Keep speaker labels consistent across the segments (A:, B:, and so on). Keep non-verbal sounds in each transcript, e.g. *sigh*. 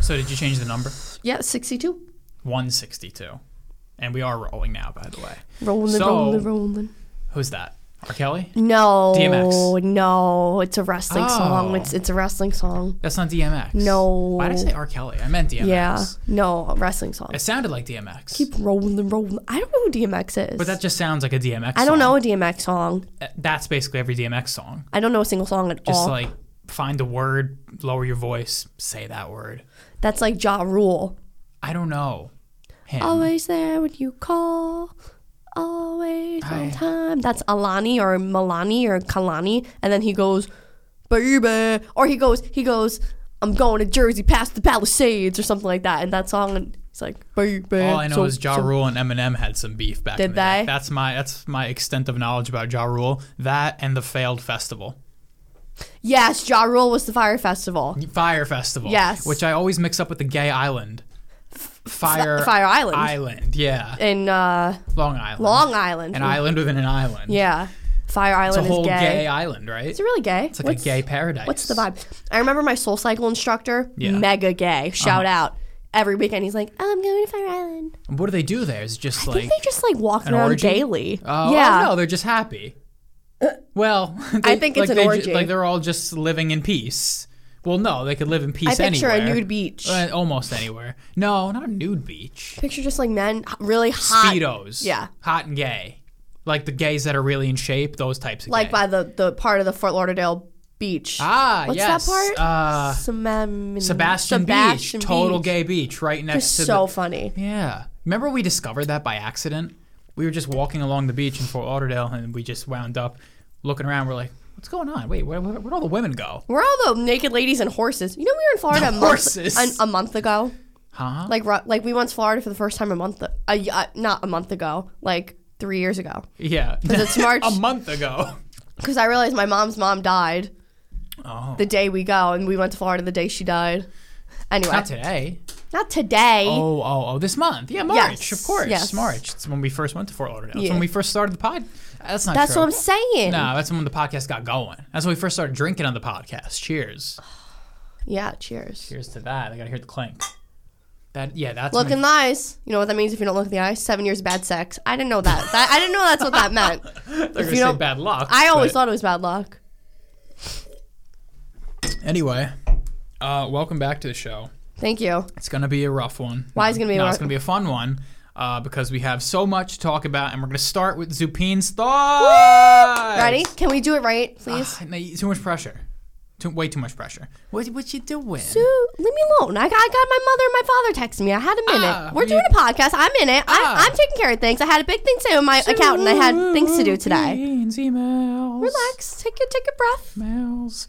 A: So did you change the number?
B: Yeah, 62.
A: 162. And we are rolling now, by the way.
B: Rolling,
A: So-
B: rolling, rolling.
A: Who's that? R. Kelly?
B: No.
A: DMX.
B: No, it's a wrestling
A: Oh.
B: song. It's, it's a wrestling song.
A: That's not DMX.
B: No.
A: Why did I say R. Kelly? I meant DMX.
B: Yeah. No, a wrestling song.
A: It sounded like DMX.
B: rolling, rolling. I don't know who DMX is.
A: but that just sounds like a DMX
B: I don't
A: song.
B: know a DMX song.
A: That's basically every DMX song.
B: I don't know a single song at
A: Just
B: all.
A: like find a word, lower your voice, say that word.
B: That's like Ja Rule.
A: I don't know. Him.
B: Always there when you call. Always
A: Hi.
B: on time. That's Alani or Milani or Kalani. And then he goes, baby. Or he goes, he goes, I'm going to Jersey past the Palisades or something like that. And that song, and he's like, baby.
A: All Oh, I know
B: So-
A: is Ja
B: so-
A: Rule and Eminem had some beef back
B: Did
A: in the day.
B: they?
A: That's my that's my extent of knowledge about Ja Rule. That and the failed festival.
B: Yes, Ja Rule was the Fire Festival.
A: Fire Festival.
B: Yes.
A: Which I always mix up with the Gay Island. Fire
B: Fire Island.
A: Island, yeah.
B: In uh,
A: Long Island.
B: Long Island.
A: An island within an island.
B: Yeah. Fire
A: It's a
B: Island
A: whole
B: is
A: gay.
B: gay.
A: island, right?
B: Is it really gay?
A: It's like a gay paradise.
B: What's the vibe? I remember my soul cycle instructor,
A: Yeah. Uh-huh.
B: mega gay. Shout out. Every weekend he's like, oh, I'm going to Fire Island.
A: What do they do there? Is it just
B: I
A: like
B: think they just like walk
A: an
B: around
A: orgy?
B: daily.
A: Oh,
B: yeah.
A: oh, no, they're just
B: *coughs*
A: happy. Well,
B: I
A: *laughs* they-
B: think
A: like
B: it's an
A: they ju-
B: orgy.
A: like they're all just living in peace. Well, no, they could live in peace
B: I picture
A: anywhere.
B: a nude beach.
A: Uh, almost anywhere. No, not a nude beach.
B: Picture just like men, h- really hot.
A: Speedos.
B: Yeah.
A: Hot and gay. Like the gays that are really in shape, those types of
B: Like
A: gay.
B: by the, the part of the Fort Lauderdale beach.
A: Ah,
B: What's
A: yes.
B: that part?
A: Uh,
B: Samam-
A: Sebastian,
B: Sebastian
A: Beach, total
B: Beach.
A: gay beach, right
B: It's
A: next to
B: so
A: the,
B: funny.
A: Yeah. Remember we discovered that by accident? We were just walking along the beach in Fort Lauderdale and we just wound up looking around. We're like, what's going on? Wait, where, where, where'd all the women go?
B: Where all the naked ladies and horses? You know, we were in Florida a month,
A: Horses.
B: an- a month ago.
A: Huh?
B: Like, ru- like we went to Florida for the first time a month, a, uh, not a month ago, like three years ago.
A: yeah. *laughs*
B: it's March.
A: a month
B: *laughs*
A: ago.
B: Because I realized my mom's mom died
A: Oh.
B: the day we go, and we went to Florida the day she died. Anyway,
A: Not
B: not,
A: today.
B: today.
A: Oh, oh, oh, this month. Yeah, March,
B: Yes,
A: of course.
B: yes.
A: March. It's when we first went to Fort Lauderdale. It's
B: Yeah.
A: when we first started the pod. That's not
B: That's
A: true.
B: what I'm saying.
A: No, that's when the podcast got going. That's when we first started drinking on the podcast. Cheers.
B: Yeah. Cheers.
A: Cheers to that. I gotta hear the clink. That yeah, that's
B: Look
A: when-
B: in the eyes. You know what that means if you don't look in the eyes? Seven years of bad sex. I didn't know that. that I didn't know that's what that meant.
A: *laughs* they're gonna
B: you
A: say
B: don't-
A: bad luck.
B: I always
A: but-
B: thought it was bad luck.
A: Anyway, uh, welcome back to the show.
B: Thank you.
A: It's gonna be a rough one.
B: Why is it gonna be a
A: No,
B: rough-
A: it's gonna be a fun one uh, because we have so much to talk about, and we're gonna start with Zupine's thoughts.
B: Ready? Can we do it right, please?
A: Ah, no, you- too much pressure. Too, way too much pressure. What what you doing?
B: Dude, leave me alone. I got, I got my mother and my father texting me. I had a minute.
A: Ah,
B: We're
A: you-
B: doing a podcast. I'm in it.
A: Ah.
B: I, I'm taking care of things. I had a big thing to do with my accountant. I had things to do today.
A: Zupine's emails.
B: Relax. Take a take a breath.
A: Emails.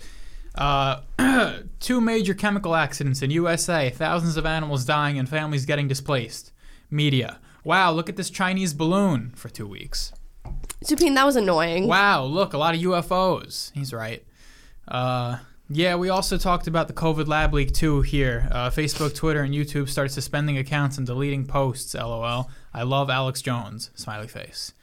A: Uh, *clears throat* two major chemical accidents in USA. Thousands of animals dying and families getting displaced. Media. Wow, look at this Chinese balloon for two weeks.
B: Supine, that was annoying.
A: Wow, look, a lot of UFOs. He's right. Uh, yeah, we also talked about the COVID lab leak too here. Uh, Facebook, Twitter, and YouTube start suspending accounts and deleting posts. LOL. I love Alex Jones. Smiley face.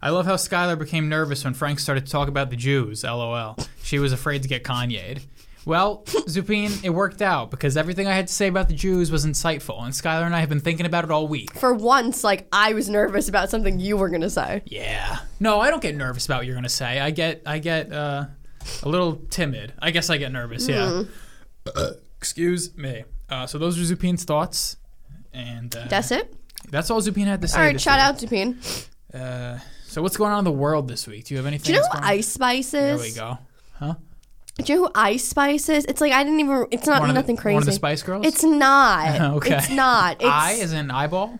A: I love how Skylar became nervous when Frank started to talk about the Jews. LOL. She was afraid to get Kanye'd. Well, *laughs* Zupin, it worked out because everything I had to say about the Jews was insightful, and Skylar and I have been thinking about it all week.
B: For once, like I was nervous about something you were gonna say.
A: Yeah. No, I don't get nervous about what you're gonna say. I get I get uh, a little timid. I guess I get nervous.
B: Hmm.
A: Yeah. Uh, Excuse me. Uh, so those are Zupine's thoughts, and uh,
B: That's it.
A: that's all Zupine had to say.
B: All right.
A: this
B: Shout
A: week.
B: out Supine.
A: Uh, so what's going on in the world this week? Do you have anything?
B: Do you know
A: that's
B: who
A: going on?
B: Ice Spice
A: There
B: is?
A: we go. Huh?
B: Do you know who Ice Spice is? It's like I didn't even. It's not
A: One of the-
B: nothing
A: one
B: crazy.
A: of the Spice Girls?
B: It's
A: *laughs*
B: not.
A: Okay.
B: It's not.
A: *laughs*
B: It's,
A: I is in eyeball,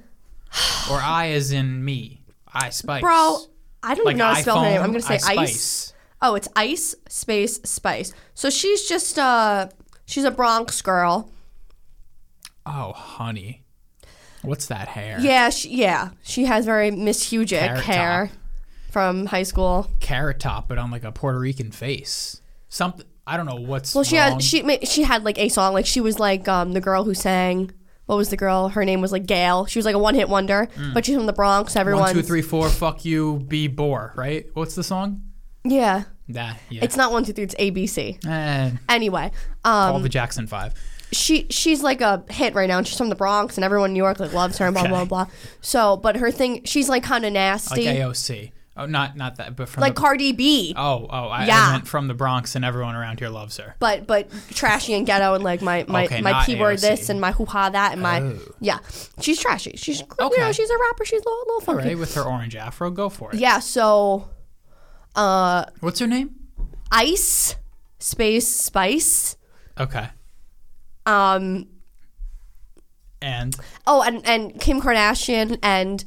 A: or
B: *sighs*
A: I is in me. I spice.
B: bro. I don't
A: Like
B: even know how to spell her name.
A: iPhone,
B: I'm gonna say
A: I
B: Ice.
A: spice.
B: Oh, it's Ice Space Spice. So she's just uh she's a Bronx girl.
A: Oh, honey. What's that hair?
B: Yeah, she, yeah. She has very Miss Hugic
A: Carrot
B: hair from high school.
A: carrot top, but on like a Puerto Rican face. Something I don't know what's
B: Well, she
A: wrong.
B: had she ma- she had like a song like she was like um the girl who sang what was the girl? Her name was like Gail. She was like a one hit wonder, but she's from the Bronx. Everyone.
A: Mm. one, two, three, four. Fuck you, be bore. Right? What's the song?
B: Yeah,
A: That yeah.
B: it's not one two three. It's ABC.
A: Eh,
B: Anyway,
A: all
B: um,
A: the Jackson Five.
B: she she's like a hit right now, and she's from the Bronx, and everyone in New York like loves her and blah
A: Okay.
B: blah blah. So, but her thing, she's like kind of
A: like
B: nasty, like,
A: AOC. Oh, not not that, but from the,
B: Cardi B,
A: oh oh I, I
B: Yeah.
A: meant from the Bronx and everyone around here loves her.
B: but but trashy and ghetto, and like my my
A: Okay,
B: my
A: not
B: p word
A: AOC.
B: this and my hoo ha that and my
A: Oh.
B: yeah, she's trashy. She's you
A: Okay.
B: know she's a rapper. She's a little, little
A: All
B: funky.
A: right, with her orange afro, go for it.
B: Yeah. So, uh,
A: What's her name?
B: ice space spice.
A: Okay,
B: Um,
A: and
B: Oh, and, and Kim Kardashian and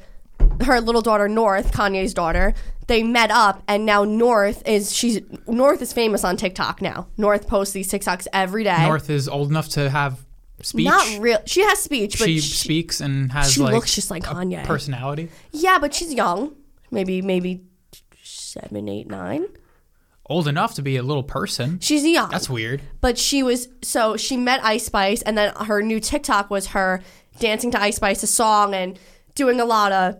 B: her little daughter North, Kanye's daughter, they met up, and now North is she's North is famous on TikTok now. North posts these TikToks every day.
A: North is old enough to have speech.
B: Not real. She has speech, but
A: she
B: she,
A: speaks and has
B: she
A: like
B: looks just like Kanye.
A: personality.
B: yeah, but she's young, maybe maybe seven, eight, nine.
A: Old enough to be a little person.
B: She's young.
A: That's weird.
B: but she was so she met Ice Spice, and then her new TikTok was her dancing to Ice Spice a song and doing a lot of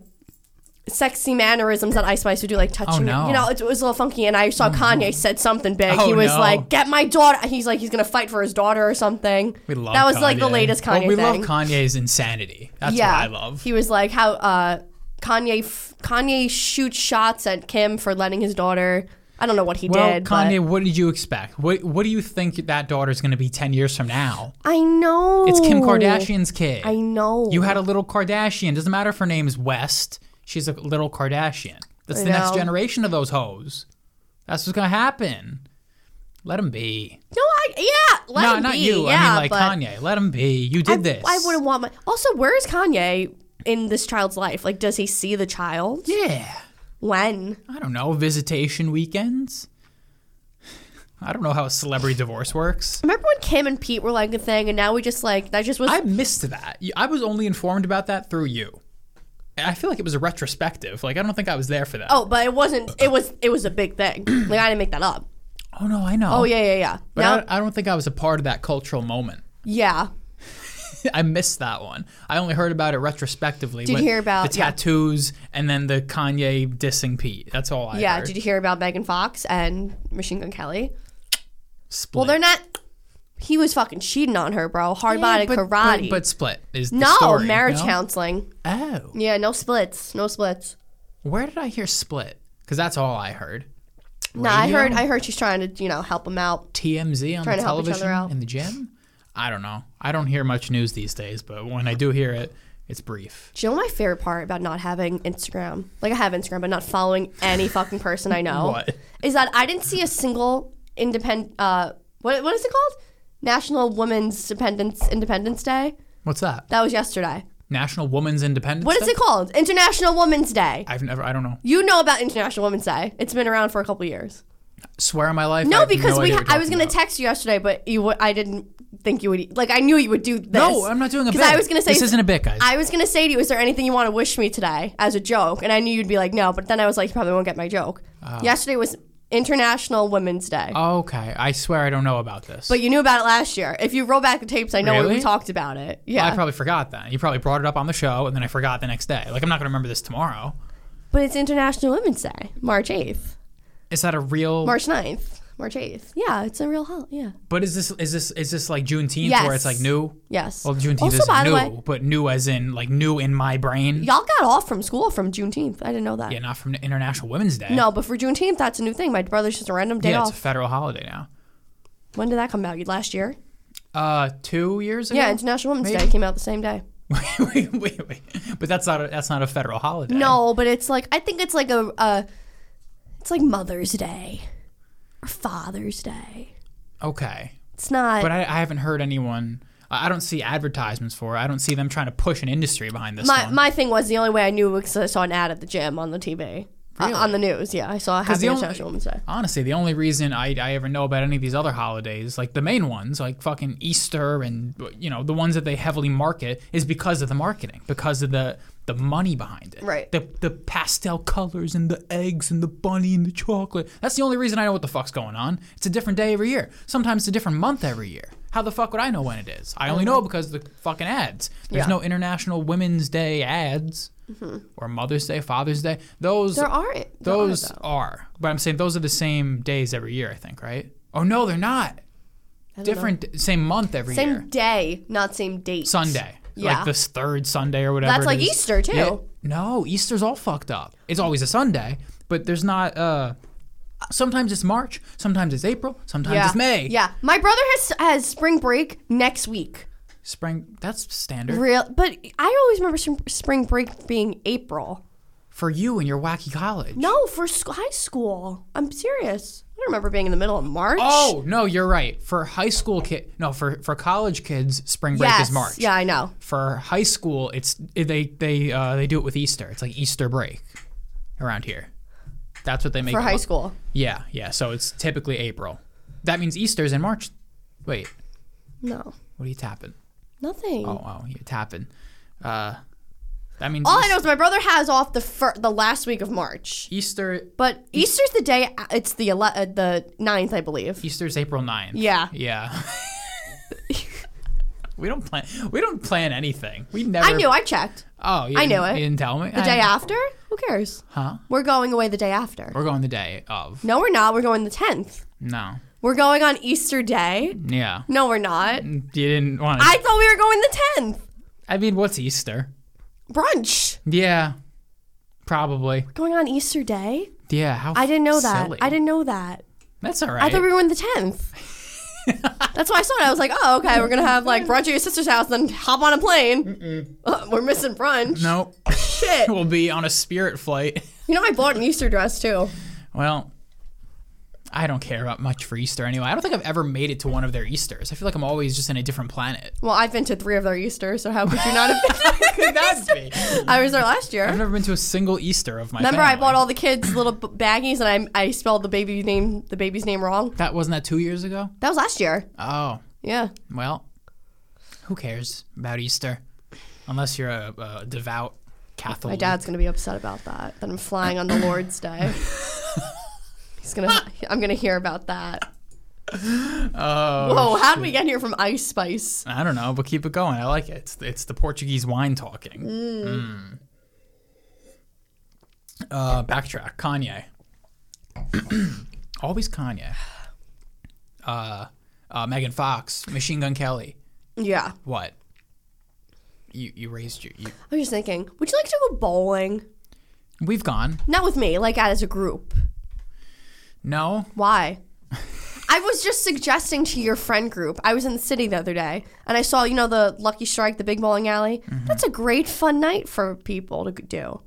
B: sexy mannerisms that Ice Spice would do, like touching.
A: Oh, no.
B: You know, it, it was a little funky, and I saw Kanye said something big.
A: Oh,
B: he was
A: no.
B: like, "Get my daughter." He's like, he's gonna fight for his daughter or something.
A: We love
B: that was like the
A: Kanye.
B: latest Kanye
A: Well, we
B: thing.
A: love Kanye's insanity. That's
B: yeah,
A: what I love.
B: He was like, "How uh, Kanye f- Kanye shoots shots at Kim for letting his daughter." I don't know what he
A: well,
B: did. but-
A: Kanye, what did you expect? What What do you think that daughter's going to be ten years from now?
B: I know
A: It's Kim Kardashian's kid.
B: I know.
A: You had a little Kardashian. Doesn't matter if her name's West. She's a little Kardashian. That's
B: I
A: the next
B: know.
A: generation of those hoes. That's what's gonna happen. Let him be.
B: No, I yeah. Let
A: no,
B: him
A: not
B: be,
A: you.
B: Yeah,
A: I mean, like
B: but
A: Kanye. Let him be. You did this.
B: I wouldn't want my. Also, where is Kanye in this child's life? Like, does he see the child?
A: Yeah.
B: When?
A: I don't know. Visitation weekends. I don't know how a celebrity divorce works.
B: Remember when Kim and Pete were like a thing, and now we just like that just was.
A: I missed that. You- I was only informed about that through you. And I feel like it was a retrospective. Like I don't think I was there for that.
B: oh, but it wasn't. It was. It was a big thing. *clears throat* like I didn't make that up.
A: Oh, no, I know.
B: Oh yeah, yeah, yeah.
A: But
B: now,
A: I, I don't think I was a part of that cultural moment. *laughs*
B: yeah.
A: I missed that one. I only heard about it retrospectively.
B: Did you
A: with
B: hear about-
A: the
B: yeah.
A: tattoos and then the Kanye dissing Pete? That's all I
B: Yeah,
A: heard.
B: did you hear about Megan Fox and Machine Gun Kelly?
A: Split.
B: Well, they're not. He was fucking cheating on her, bro. Hard body
A: but,
B: karate.
A: But, but split is the
B: no
A: story,
B: marriage
A: no?
B: counseling.
A: Oh,
B: Yeah, no splits. No splits.
A: where did I hear split? Because that's all I heard.
B: No, I
A: Radio?
B: heard. I heard she's trying to, you know, help him out.
A: TMZ on
B: Trying
A: the
B: to help each other
A: television
B: out.
A: in the gym. I don't know. I don't hear much news these days, but when I do hear it, it's brief.
B: Do you know my favorite part about not having Instagram? Like I have Instagram, but not following any fucking person I know.
A: What?
B: is that? I didn't see a single independent. Uh, what what is it called? National Women's Dependence Independence Day.
A: What's that?
B: That was yesterday.
A: National Women's Independence.
B: What is it called? International Women's Day.
A: I've never. I don't know.
B: You know about International Women's Day? It's been around for a couple years.
A: Swear on my life. I
B: No,
A: have
B: because we.
A: idea
B: Ha-
A: what you're
B: I was
A: talking
B: gonna
A: about.
B: text you yesterday, but you. w- I didn't think you would. e, Like I knew you would do this.
A: No, I'm not doing a bit.
B: Because I was gonna say
A: this isn't a bit, guys.
B: I was gonna say to you, is there anything you want to wish me today as a joke? And I knew you'd be like, no. But then I was like, you probably won't get my joke.
A: Ah.
B: Yesterday was International Women's Day,
A: Okay, I swear I don't know about this.
B: but you knew about it last year. If you roll back the tapes, I know we-
A: Really?
B: we talked about it.
A: I
B: Yeah,
A: probably forgot that. You probably brought it up on the show, and then I forgot the next day. Like I'm not gonna remember this tomorrow.
B: but it's International Women's Day, March eighth,
A: Is that a real?
B: March 9th, March eighth. Yeah, it's a real hell. Yeah.
A: but is this is this is this like Juneteenth
B: Yes.
A: where it's like new?
B: Yes.
A: Well, Juneteenth
B: also,
A: is
B: by
A: new,
B: the way,
A: but new as in like new in my brain.
B: y'all got off from school from Juneteenth. I didn't know that.
A: Yeah, not from International Women's Day.
B: No, but for Juneteenth, that's a new thing. My brother's just a random day
A: yeah, it's a
B: off.
A: federal holiday now.
B: when did that come out? Last year?
A: Uh, two years ago.
B: Yeah, International Women's
A: Maybe.
B: Day came out the same day.
A: wait, *laughs* wait, wait, wait. But that's not a, that's not a federal holiday.
B: No, but it's like I think it's like a, a it's like Mother's Day or Father's Day.
A: Okay.
B: It's not.
A: But I, I haven't heard anyone. I I don't see advertisements for it. I don't see them trying to push an industry behind this
B: my
A: one.
B: my thing was the only way I knew was 'cause I saw an ad at the gym on the TV Uh,
A: Really?
B: on the news. Yeah, I saw a
A: 'Cause
B: Happy
A: the only-
B: International Women's Day.
A: honestly, the only reason I, I ever know about any of these other holidays, like the main ones, like fucking Easter and you know the ones that they heavily market, is because of the marketing, because of the the money behind it.
B: Right.
A: The the pastel colors and the eggs and the bunny and the chocolate. That's the only reason I know what the fuck's going on. It's a different day every year. Sometimes it's a different month every year. How the fuck would I know when it is? I only know because of the fucking ads. There's
B: Mm-hmm. Yeah. Mm-hmm.
A: no International Women's Day ads. Or Mother's Day, Father's Day. Those
B: There aren't there are,
A: those
B: though.
A: are, but I'm saying those are the same days every year, I think, right? Oh no, they're not.
B: I don't know.
A: Different, same month every
B: Same
A: year.
B: day, not same date.
A: Sunday.
B: Yeah.
A: Like this third Sunday or whatever.
B: That's
A: it
B: like
A: is.
B: Easter, too.
A: Yeah. No, Easter's all fucked up. It's always a Sunday, but there's not. uh Sometimes it's March, sometimes it's April, sometimes
B: Yeah.
A: it's May.
B: Yeah. My brother has has spring break next week.
A: Spring. That's standard
B: Real, but I always remember spring- spring break being April.
A: for you and your wacky college.
B: No, for sc- high school. I'm serious. I don't remember being in the middle of March.
A: Oh no, you're right. For high school kid, no, for for college kids, spring break
B: yes.
A: is March.
B: Yeah, I know.
A: For high school, it's they they uh, they do it with Easter. It's like Easter break around here. That's what they make
B: For
A: it
B: high
A: look-
B: school.
A: Yeah, yeah. So it's typically April. That means Easter's in March. Wait,
B: No.
A: what are you tapping?
B: Nothing.
A: Oh, wow, you're tapping. Uh, that means
B: All I
A: Eas-
B: know is my brother has off the fir- the last week of March.
A: Easter.
B: But Easter's the day it's the ele- uh, the 9th, I believe.
A: Easter's April 9th.
B: Yeah. *laughs*
A: Yeah. *laughs* we don't plan. We don't plan anything. We never.
B: I knew, I checked.
A: Oh, you
B: I
A: didn't-
B: knew it.
A: You didn't tell me.
B: The day after? Who cares?
A: Huh?
B: We're going away the day after.
A: We're going the day of.
B: No, we're not. We're going the 10th.
A: No.
B: We're going on Easter Day.
A: Yeah.
B: No, we're not.
A: You didn't want to.
B: I thought we were going the 10th.
A: I mean, what's Easter?
B: Brunch.
A: Yeah. Probably.
B: Going on Easter Day?
A: Yeah. How
B: I didn't know that.
A: silly.
B: I didn't know that.
A: That's all right.
B: I thought we were going the 10th. That's why I saw it. I was like, oh, okay, we're going to have like brunch at your sister's house, then hop on a plane. Uh, we're missing brunch.
A: Nope.
B: *laughs*
A: *laughs*
B: Shit.
A: we'll be on a spirit flight.
B: You know, I bought an Easter dress too.
A: Well, I don't care about much for Easter anyway. I don't think I've ever made it to one of their Easters. I feel like I'm always just in a different planet.
B: Well, I've been to three of their Easters, so how could you
A: *laughs*
B: not have been?
A: Could that be?
B: I was there last year.
A: I've never been to a single Easter of my.
B: Remember, I
A: family.
B: bought all the kids little b- baggies, and I I spelled the baby name the baby's name wrong.
A: That wasn't that two years ago.
B: That was last year.
A: Oh
B: Yeah.
A: well, who cares about Easter? Unless you're a, a devout Catholic.
B: My dad's gonna be upset about that. That I'm flying on
A: *laughs*
B: the Lord's Day. He's gonna. I'm gonna hear about that.
A: Oh,
B: Whoa! How did we get here from Ice Spice?
A: I don't know, but keep it going. I like it. It's, it's the Portuguese wine talking. Mm. Uh, backtrack. Kanye. *clears throat* Always Kanye. Uh, uh, Megan Fox, Machine Gun Kelly.
B: Yeah.
A: What? You you raised you. you
B: I was just thinking. Would you like to go bowling?
A: we've gone.
B: Not with me. Like as a group.
A: No. *laughs*
B: Why? I was just suggesting to your friend group. I was in the city the other day and I saw, you know, the Lucky Strike, the big bowling alley.
A: Mm-hmm.
B: That's a great fun night for people to do.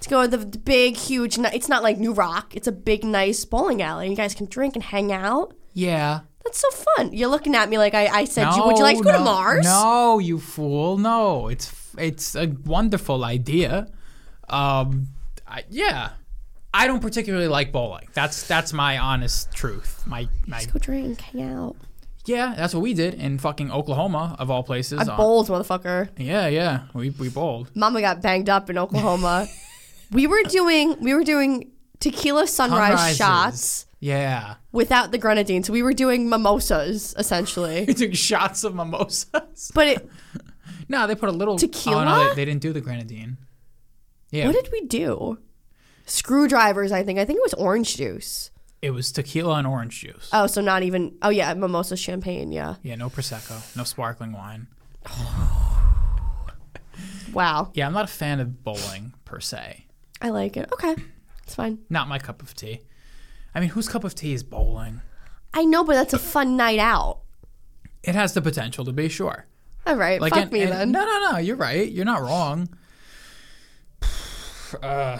B: To go to the the big, huge, ni- it's not like New Rock, it's a big, nice bowling alley. You guys can drink and hang out.
A: Yeah.
B: That's so fun. You're looking at me like I, I said,
A: No,
B: you, would you like to go
A: no,
B: to Mars?
A: No, you fool. No, it's f- it's a wonderful idea. Um, I, yeah, I don't particularly like bowling. That's that's my honest truth. My my
B: Go drink, hang out.
A: yeah, that's what we did in fucking Oklahoma of all places.
B: I
A: Uh,
B: bowled, motherfucker.
A: yeah, yeah, we we bowled.
B: Mama got banged up in Oklahoma. we were doing, we were doing tequila
A: Sunrises.
B: sunrise shots.
A: Yeah, *laughs*
B: without the grenadine. So we were doing mimosas essentially.
A: we took shots of mimosas. *laughs*
B: but it,
A: no, they put a little Oh, no,
B: Tequila?
A: they, they didn't do the grenadine. Yeah,
B: what did we do? Screwdrivers, I think. I think it was orange juice.
A: it was tequila and orange juice.
B: Oh, so not even. Oh yeah, mimosa champagne. Yeah.
A: yeah, no prosecco, no sparkling wine.
B: Wow.
A: Yeah, I'm not a fan of bowling per se.
B: I like it. Okay, it's fine.
A: Not my cup of tea. I mean, whose cup of tea is bowling?
B: I know, but that's a fun night out.
A: It has the potential to be, sure.
B: All right, fuck
A: and-
B: me
A: and-
B: then.
A: No, no, no. You're right. You're not wrong. *sighs* Uh,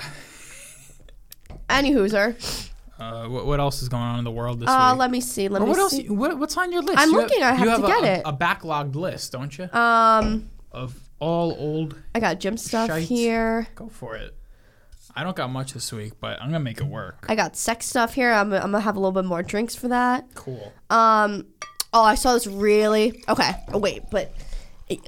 B: Any hooser.
A: uh, what, what else is going on in the world this
B: Uh,
A: week?
B: let me see. Let
A: Or
B: me
A: what else?
B: see.
A: What, what's on your list?
B: I'm
A: You
B: looking, I have
A: you
B: to get
A: a,
B: it.
A: A backlogged list, don't you?
B: um,
A: of all old.
B: I got gym stuff
A: Shite.
B: here.
A: Go for it. I don't got much this week, but I'm gonna make it work.
B: I got sex stuff here. I'm, I'm gonna have a little bit more drinks for that.
A: Cool.
B: Um. Oh, I saw this really. Okay. Oh, wait, but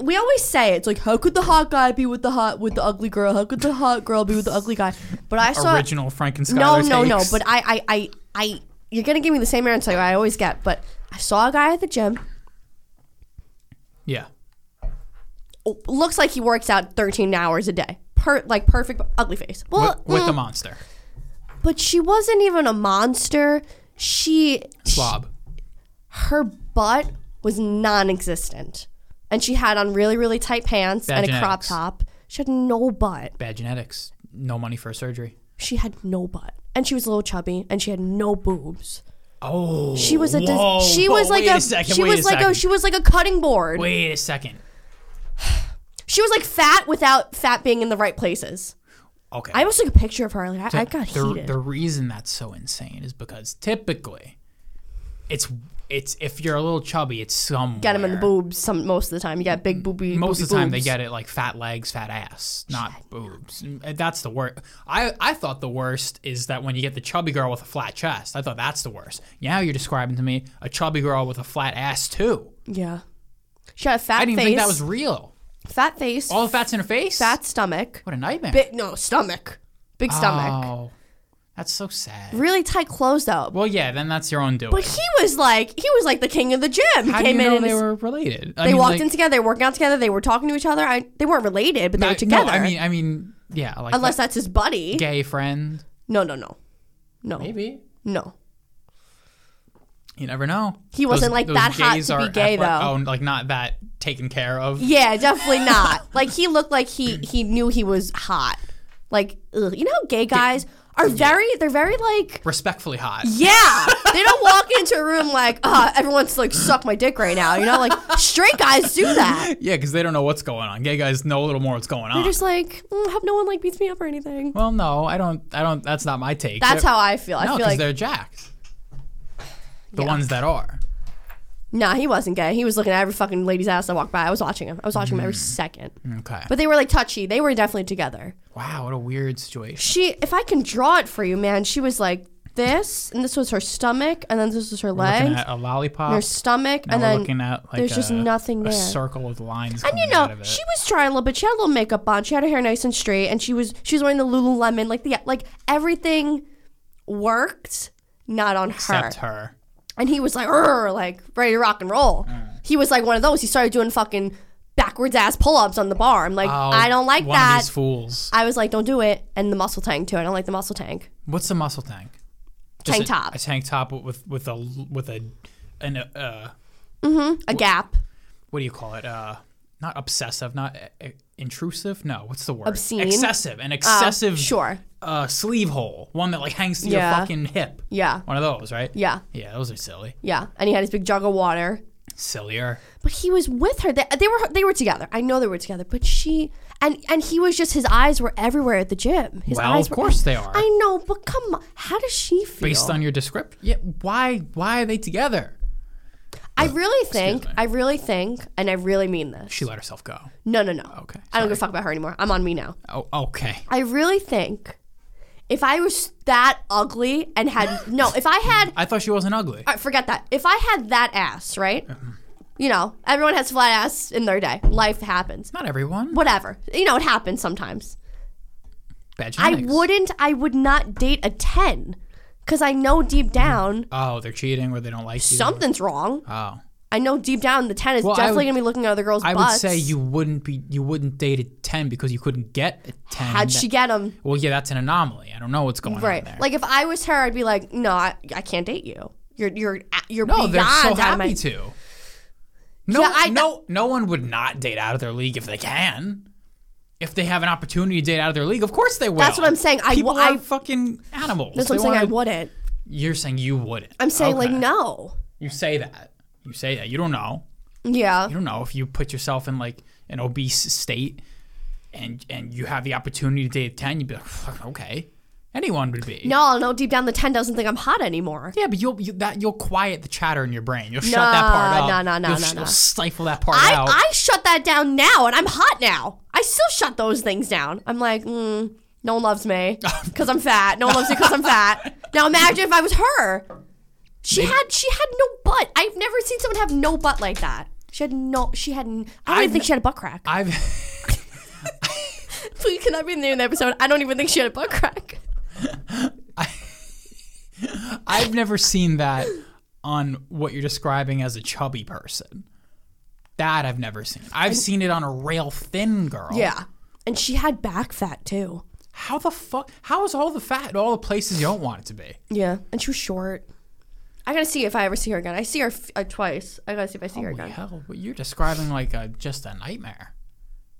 B: we always say it's like, how could the hot guy be with the hot with the ugly girl? How could the hot girl be with the ugly guy? But I saw
A: Original Frank and
B: no,
A: Skylar
B: no, no.
A: takes.
B: But I, I, I, I. You're gonna give me the same answer I always get. But I saw a guy at the gym.
A: yeah,
B: Oh, Looks like he works out 13 hours a day. Per like perfect ugly face. Well,
A: with, with the
B: mm,
A: monster
B: but she wasn't even a monster. She
A: slob.
B: her butt was non-existent, and she had on really really tight pants
A: Bad
B: and a crop
A: genetics.
B: top. She had no butt.
A: Bad genetics. No money for surgery.
B: She had no butt, and she was a little chubby, and she had no boobs.
A: Oh.
B: She was a dis-
A: whoa,
B: she
A: whoa,
B: was like
A: wait
B: a,
A: second,
B: she
A: wait
B: was like
A: second.
B: a she was like a cutting board.
A: Wait a second.
B: She was like fat without fat being in the right places.
A: Okay.
B: I almost took a picture of her. Like I, I
A: the-
B: got
A: the,
B: heated.
A: The reason that's so insane is because typically, it's it's if you're a little chubby, it's some
B: get them in the boobs some most of the time. You got big booby.
A: Most of
B: booby
A: the time, they
B: boobs.
A: get it like fat legs, fat ass, not boobs. And That's the worst. I I thought the worst is that when you get the chubby girl with a flat chest. I thought that's the worst. Now you're describing to me a chubby girl with a flat ass too.
B: Yeah. She had a fat
A: I didn't
B: face.
A: think that was real.
B: fat face.
A: All the fat's in her face.
B: fat stomach.
A: what a nightmare.
B: Big no stomach. Big stomach.
A: Oh, that's so sad.
B: Really tight clothes though.
A: Well, yeah, then that's your own doing.
B: But he was like he was like the king of the gym. He
A: How do you
B: came in
A: know
B: and
A: they
B: his-
A: were related? I
B: they
A: mean,
B: walked
A: like-
B: in together. They were working out together. They were talking to each other. I, they weren't related, but they
A: I-
B: were together.
A: No, I mean, I mean, yeah, like
B: unless
A: unless
B: that's his buddy.
A: gay friend,
B: No, no, no, no,
A: maybe.
B: no.
A: You never know.
B: He wasn't, like, that hot
A: gays
B: to be
A: are
B: gay,
A: athletic-
B: though.
A: Oh, like not that taken care of.
B: Yeah, definitely not. *laughs* like he looked like he he knew he was hot. Like ugh. you know, how gay guys are very they're very like
A: Respectfully hot.
B: yeah. They don't walk into a room like uh, everyone's like suck my dick right now. You know, like straight guys do that.
A: Yeah, because they don't know what's going on. Gay guys know a little more what's going on.
B: They're just like mm, hope no one like beats me up or anything.
A: well, no, I don't. I don't. That's not my take.
B: That's
A: They're-
B: how I feel. I
A: No,
B: feel like
A: they're jacked. The
B: Yeah.
A: ones that are.
B: nah, he wasn't gay. He was looking at every fucking lady's ass that walked by. I was watching him. I was watching him every
A: Mm.
B: second.
A: Okay.
B: But they were like touchy. They were definitely together.
A: wow, what a weird situation.
B: she if I can draw it for you, man, she was like this, and this was her stomach, and then this was her leg,
A: Looking
B: and
A: at a lollipop.
B: her stomach,
A: now
B: and
A: we're
B: then
A: looking at like
B: there's
A: a,
B: just nothing
A: a
B: there.
A: circle with lines.
B: and you
A: coming out
B: know
A: of it.
B: she was trying a little bit. She had a little makeup on. She had her hair nice and straight, and she was she was wearing the Lululemon. Like the like everything worked, not on her.
A: except her.
B: And he was like, "Rrr," like ready to rock and roll.
A: Mm.
B: He was like one of those. He started doing fucking backwards ass pull ups on the bar. I'm like,
A: Oh,
B: I don't like
A: one
B: that.
A: Of these fools.
B: I was like, don't do it. And the muscle tank too. I don't like the muscle tank.
A: What's the muscle tank?
B: Tank
A: a,
B: top.
A: A tank top with with a with a an uh
B: A gap.
A: what do you call it? Uh not obsessive, not uh, intrusive. No, what's the word?
B: Obscene? Uh,
A: Excessive. An excessive
B: Sure.
A: uh sleeve hole. One that like hangs to your
B: Yeah.
A: fucking hip.
B: Yeah.
A: One of those, right?
B: Yeah.
A: Yeah, those are silly.
B: Yeah. And he had his big jug of water.
A: Sillier.
B: But he was with her. They, they were they were together. I know they were together. But she and and he was just his eyes were everywhere at the gym. His
A: well,
B: eyes
A: of
B: were-
A: course they are.
B: I know, but come on. How does she feel?
A: Based on your description. Yeah, why why are they together?
B: I really think
A: me.
B: I really think and I really mean this.
A: She let herself go.
B: No, no, no.
A: Okay,
B: I don't give a fuck about her anymore. I'm on me now.
A: Oh, okay.
B: I really think if I was that ugly
A: *laughs*
B: and had no, if I had
A: I thought she wasn't ugly.
B: All right, forget that. If I had that ass, right?
A: Uh-huh.
B: You know, everyone has flat ass in their day. Life happens.
A: Not everyone.
B: Whatever. You know, it happens sometimes.
A: Bad
B: I
A: genetics.
B: wouldn't, I would not date a 10 because I know deep down
A: Oh, they're cheating or they don't like you.
B: something's wrong.
A: Oh.
B: I know deep down the 10 is
A: Well, I
B: definitely
A: would-
B: going to be looking at other girls'
A: I would
B: butts.
A: say you wouldn't be you wouldn't date a ten because you couldn't get a ten.
B: How'd she get them?
A: Well, yeah, that's an anomaly. I don't know what's going
B: Right.
A: on there.
B: Like if I was her, I'd be like, no, I, I can't date you. You're, you're, you're
A: no,
B: beyond
A: they're so
B: out of
A: happy
B: my.
A: to. No,
B: Yeah, I-
A: no, no one would not date out of their league if they can. If they have an opportunity to date out of their league, of course they will.
B: That's what I'm saying. I
A: People
B: w-
A: are
B: I-
A: fucking animals.
B: That's what
A: They
B: I'm saying. I
A: wanna-
B: wouldn't.
A: You're saying you wouldn't.
B: I'm saying,
A: Okay.
B: like, no.
A: You say that. You say that. You don't know.
B: Yeah.
A: you don't know if you put yourself in like an obese state and and you have the opportunity to date 10 you'd be like "Fuck, okay anyone would be
B: No, no, deep down the 10 doesn't think I'm hot anymore.
A: yeah but you'll you, that you'll quiet the chatter in your brain you'll shut
B: Nah,
A: that part up
B: nah, nah, nah,
A: you'll,
B: nah,
A: you'll
B: nah.
A: stifle that part out
B: I, I shut that down now and I'm hot now. I still shut those things down. I'm like, mm, no one loves
A: *laughs*
B: me because I'm fat. No one loves me because I'm fat. Now imagine if I was her. She had she had no butt. I've never seen someone have no butt like that. She had no. She had. n- I
A: I've
B: don't even think she had a butt crack.
A: i've
B: Please, can that be the name of the episode? I don't even think she had a butt crack.
A: i've never seen that on what you're describing as a chubby person that i've never seen i've seen it on a rail thin girl
B: *laughs* Yeah, and she had back fat too.
A: how the fuck how is all the fat in all the places you don't want it to be
B: Yeah, and she was short. I gotta see if I ever see her again. I see her f- uh, twice. I gotta see if I see her
A: Holy
B: again.
A: hell! Well, you're describing like a, just a nightmare.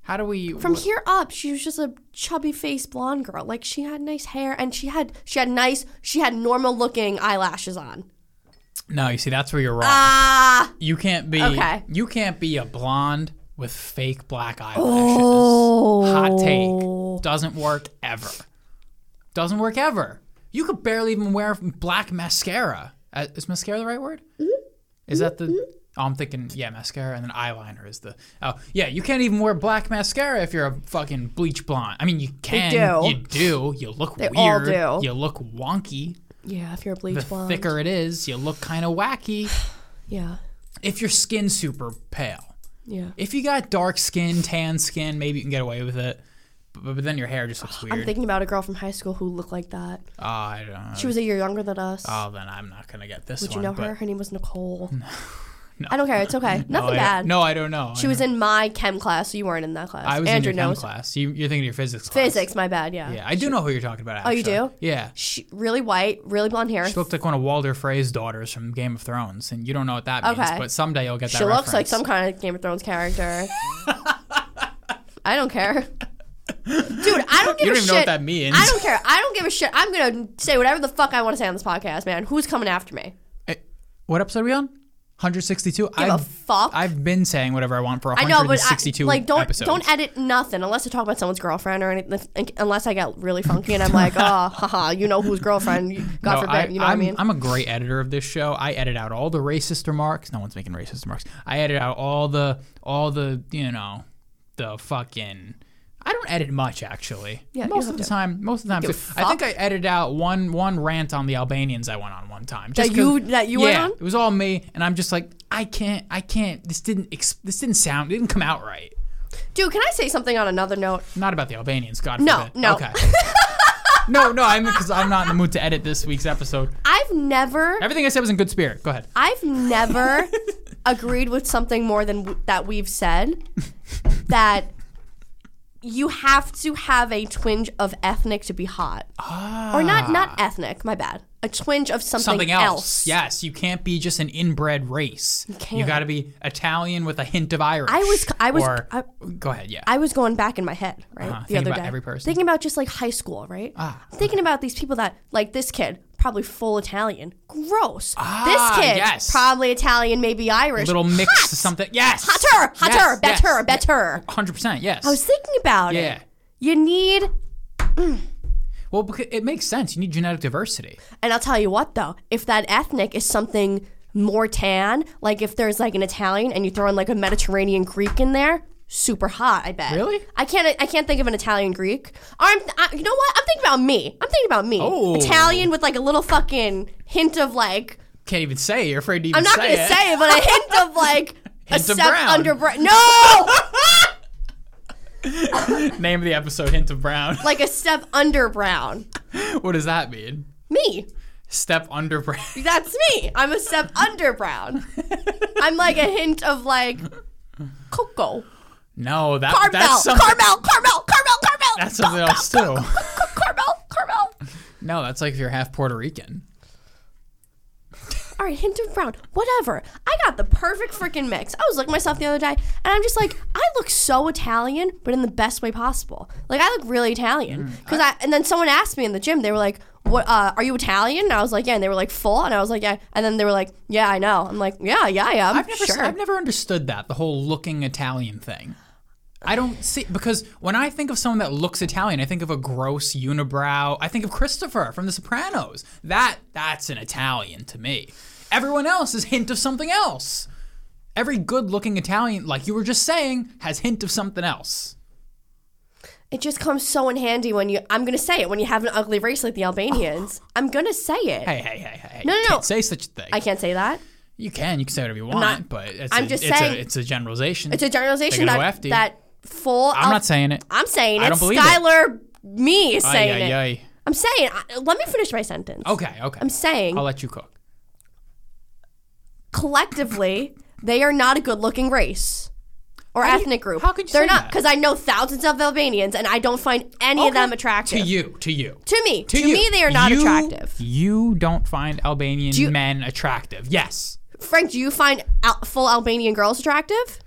A: How do we?
B: From
A: wh-
B: here up, she was just a chubby-faced blonde girl. Like she had nice hair, and she had she had nice she had normal-looking eyelashes on.
A: no, you see, that's where you're wrong.
B: Ah,
A: you can't be.
B: Okay.
A: You can't be a blonde with fake black eyelashes.
B: Oh.
A: Hot take. Doesn't work ever. Doesn't work ever. You could barely even wear black mascara. Uh, Is mascara the right word?
B: Mm-hmm.
A: Is that the? Oh, I'm thinking, yeah, mascara and then eyeliner is the. Oh, yeah, you can't even wear black mascara if you're a fucking bleach blonde. I mean, you can.
B: do.
A: You do. You look
B: They
A: weird.
B: all do.
A: You look wonky.
B: yeah. If you're a
A: The
B: bleach blonde,
A: thicker it is, you look kind of wacky.
B: Yeah,
A: If your skin's super pale,
B: yeah.
A: if you got dark skin, tan skin, maybe you can get away with it. But, but then your hair just looks weird.
B: I'm thinking about a girl from high school who looked like that.
A: Oh, I don't know.
B: She was a year younger than us.
A: oh, then I'm not gonna get this
B: Did you
A: one.
B: know
A: but-
B: her? Her name was Nicole. I don't care. It's okay.
A: *laughs* No,
B: Nothing
A: I- uh,
B: bad.
A: No, I don't know.
B: She
A: I
B: was in my chem class, so you weren't in that class.
A: I was
B: Andrew
A: in your chem
B: knows.
A: class. You, you're thinking of your physics class.
B: Physics, my bad, yeah.
A: Yeah, I do know who you're talking about.
B: Oh,
A: Actually.
B: you do?
A: Yeah.
B: She, really white, really blonde hair.
A: She looked like one of Walder Frey's daughters from Game of Thrones, and you don't know what that means.
B: Okay.
A: But someday you'll get that.
B: She looks like
A: reference.
B: some kind of Game of
A: *laughs*
B: Thrones character. I don't care. Dude, I don't give
A: You don't even
B: a shit.
A: know what that means.
B: I don't care. I don't give a shit. I'm gonna say whatever the fuck I want to say on this podcast, man. Who's coming after me?
A: Eh, what episode are we on? 162.
B: Give a
A: I've
B: fuck.
A: I've been saying whatever I want for
B: I know, but I,
A: 162
B: like don't
A: episodes.
B: don't edit nothing unless I talk about someone's girlfriend or anything. Unless I get really funky and
A: *laughs*
B: I'm like, oh, haha, you know whose girlfriend? you- God
A: No,
B: forbid,
A: I,
B: you know
A: am
B: what I mean?
A: I'm a great editor of this show. I edit out all the racist remarks. No one's making racist remarks. I edit out all the all the you know the fucking. I don't edit much actually.
B: Yeah, you
A: most
B: don't
A: of the
B: do.
A: time, most of the time,
B: give
A: too. I
B: a
A: think I edited out one one rant on the Albanians I went on one time.
B: That
A: 'cause-
B: you- that you
A: yeah,
B: went on?
A: It was all me, and I'm just like, I can't, I can't. This didn't, ex- this didn't sound, it didn't come out right.
B: Dude, can I say something on another note?
A: Not about the Albanians, God
B: No,
A: forbid.
B: no.
A: Okay. *laughs* no, no, I'm because I'm not in the mood to edit this week's episode.
B: I've never,
A: Everything I said was in good spirit. Go ahead. *laughs*
B: I've never agreed with something more than w- that we've said. That you have to have a twinge of ethnic to be hot, or not not ethnic. My bad. A twinge of something,
A: Ah. something else. Yes, you can't be just an inbred race. You
B: can't.
A: got to be Italian with a hint of Irish.
B: I was- I was-
A: Or,
B: I-
A: go ahead. Yeah.
B: I was going back in my head, right?
A: Uh-huh,
B: The
A: thinking
B: other
A: about
B: day.
A: every person. Ah.
B: Thinking about just like high school, right? I'm thinking about these people that like this kid, probably full Italian. Gross.
A: Ah,
B: this kid
A: yes.
B: probably Italian, maybe Irish.
A: Little mix
B: Hot.
A: of something. Yes.
B: Hotter, hotter, better, better.
A: Hundred percent. Yes.
B: I was thinking about
A: Yeah.
B: it. You need
A: well, because it makes sense. You need genetic diversity.
B: and I'll tell you what though, if that ethnic is something more tan, like if there's like an Italian and you throw in like a Mediterranean Greek in there, super hot, I bet.
A: Really?
B: I can't I can't think of an Italian Greek. I'm I, you know what? I'm thinking about me. I'm thinking about me.
A: Oh.
B: Italian with like a little fucking hint of like
A: Can't even say. it. You're afraid to even
B: I'm not
A: say
B: gonna
A: it.
B: say it, but a hint
A: *laughs*
B: of like a
A: Hint of brown.
B: under brown. No,
A: *laughs* Name of the episode: Hint of Brown. *laughs*
B: like a step under brown.
A: what does that mean?
B: Me.
A: Step under brown. *laughs*
B: That's me. I'm a step under brown. I'm like a hint of like cocoa.
A: No, that
B: Carmel,
A: that's
B: Carmel,
A: something.
B: Carmel, Carmel, Carmel, Carmel.
A: That's something else too.
B: Carmel, Carmel.
A: No, that's like if you're half Puerto Rican.
B: All right, hint of brown. Whatever. I got the perfect freaking mix. I was looking at myself the other day, and I'm just like, I look so Italian, but in the best way possible. Like I look really Italian.
A: Mm.
B: Cause I, and then someone asked me in the gym. They were like, "What? Uh, are you Italian?" And I was like, "Yeah." And they were like, "Full?" And I was like, "Yeah." And then they were like, "Yeah, I know." I'm like, "Yeah, yeah, yeah." I'm
A: I've never,
B: sure.
A: I've never understood that the whole looking Italian thing. I don't see because when I think of someone that looks Italian, I think of a gross unibrow. I think of Christopher from The Sopranos. That that's an Italian to me. Everyone else is hint of something else. Every good-looking Italian, like you were just saying, has hint of something else.
B: It just comes so in handy when you. I'm gonna say it when you have an ugly race like
A: *sighs*
B: the Albanians. I'm gonna say it.
A: Hey, hey, hey, hey! hey.
B: No, no,
A: you
B: no.
A: Can't say such a thing.
B: I can't say that.
A: you can. You can say whatever you want,
B: not-
A: but it's
B: I'm
A: a,
B: just
A: it's
B: saying-
A: a, it's a generalization.
B: It's a generalization
A: They're gonna
B: that
A: go after you.
B: that full.
A: I'm not saying it.
B: I'm saying
A: I
B: it.
A: don't believe it.
B: Skylar, me is saying
A: Ay,
B: it.
A: ay, ay.
B: I'm saying. I- Let me finish my sentence.
A: Okay, okay.
B: I'm saying
A: I'll let you cook.
B: collectively they are not a good-looking race. or
A: How do you-
B: ethnic group.
A: how could you
B: They're
A: say
B: not
A: that?
B: because I know thousands of Albanians and I don't find any of
A: Okay.
B: them attractive.
A: To you, to you.
B: To me, to,
A: you.
B: me, they are not
A: You-
B: attractive.
A: You don't find Albanian
B: you-
A: men attractive. Yes.
B: Frank, do you find al- full Albanian girls attractive?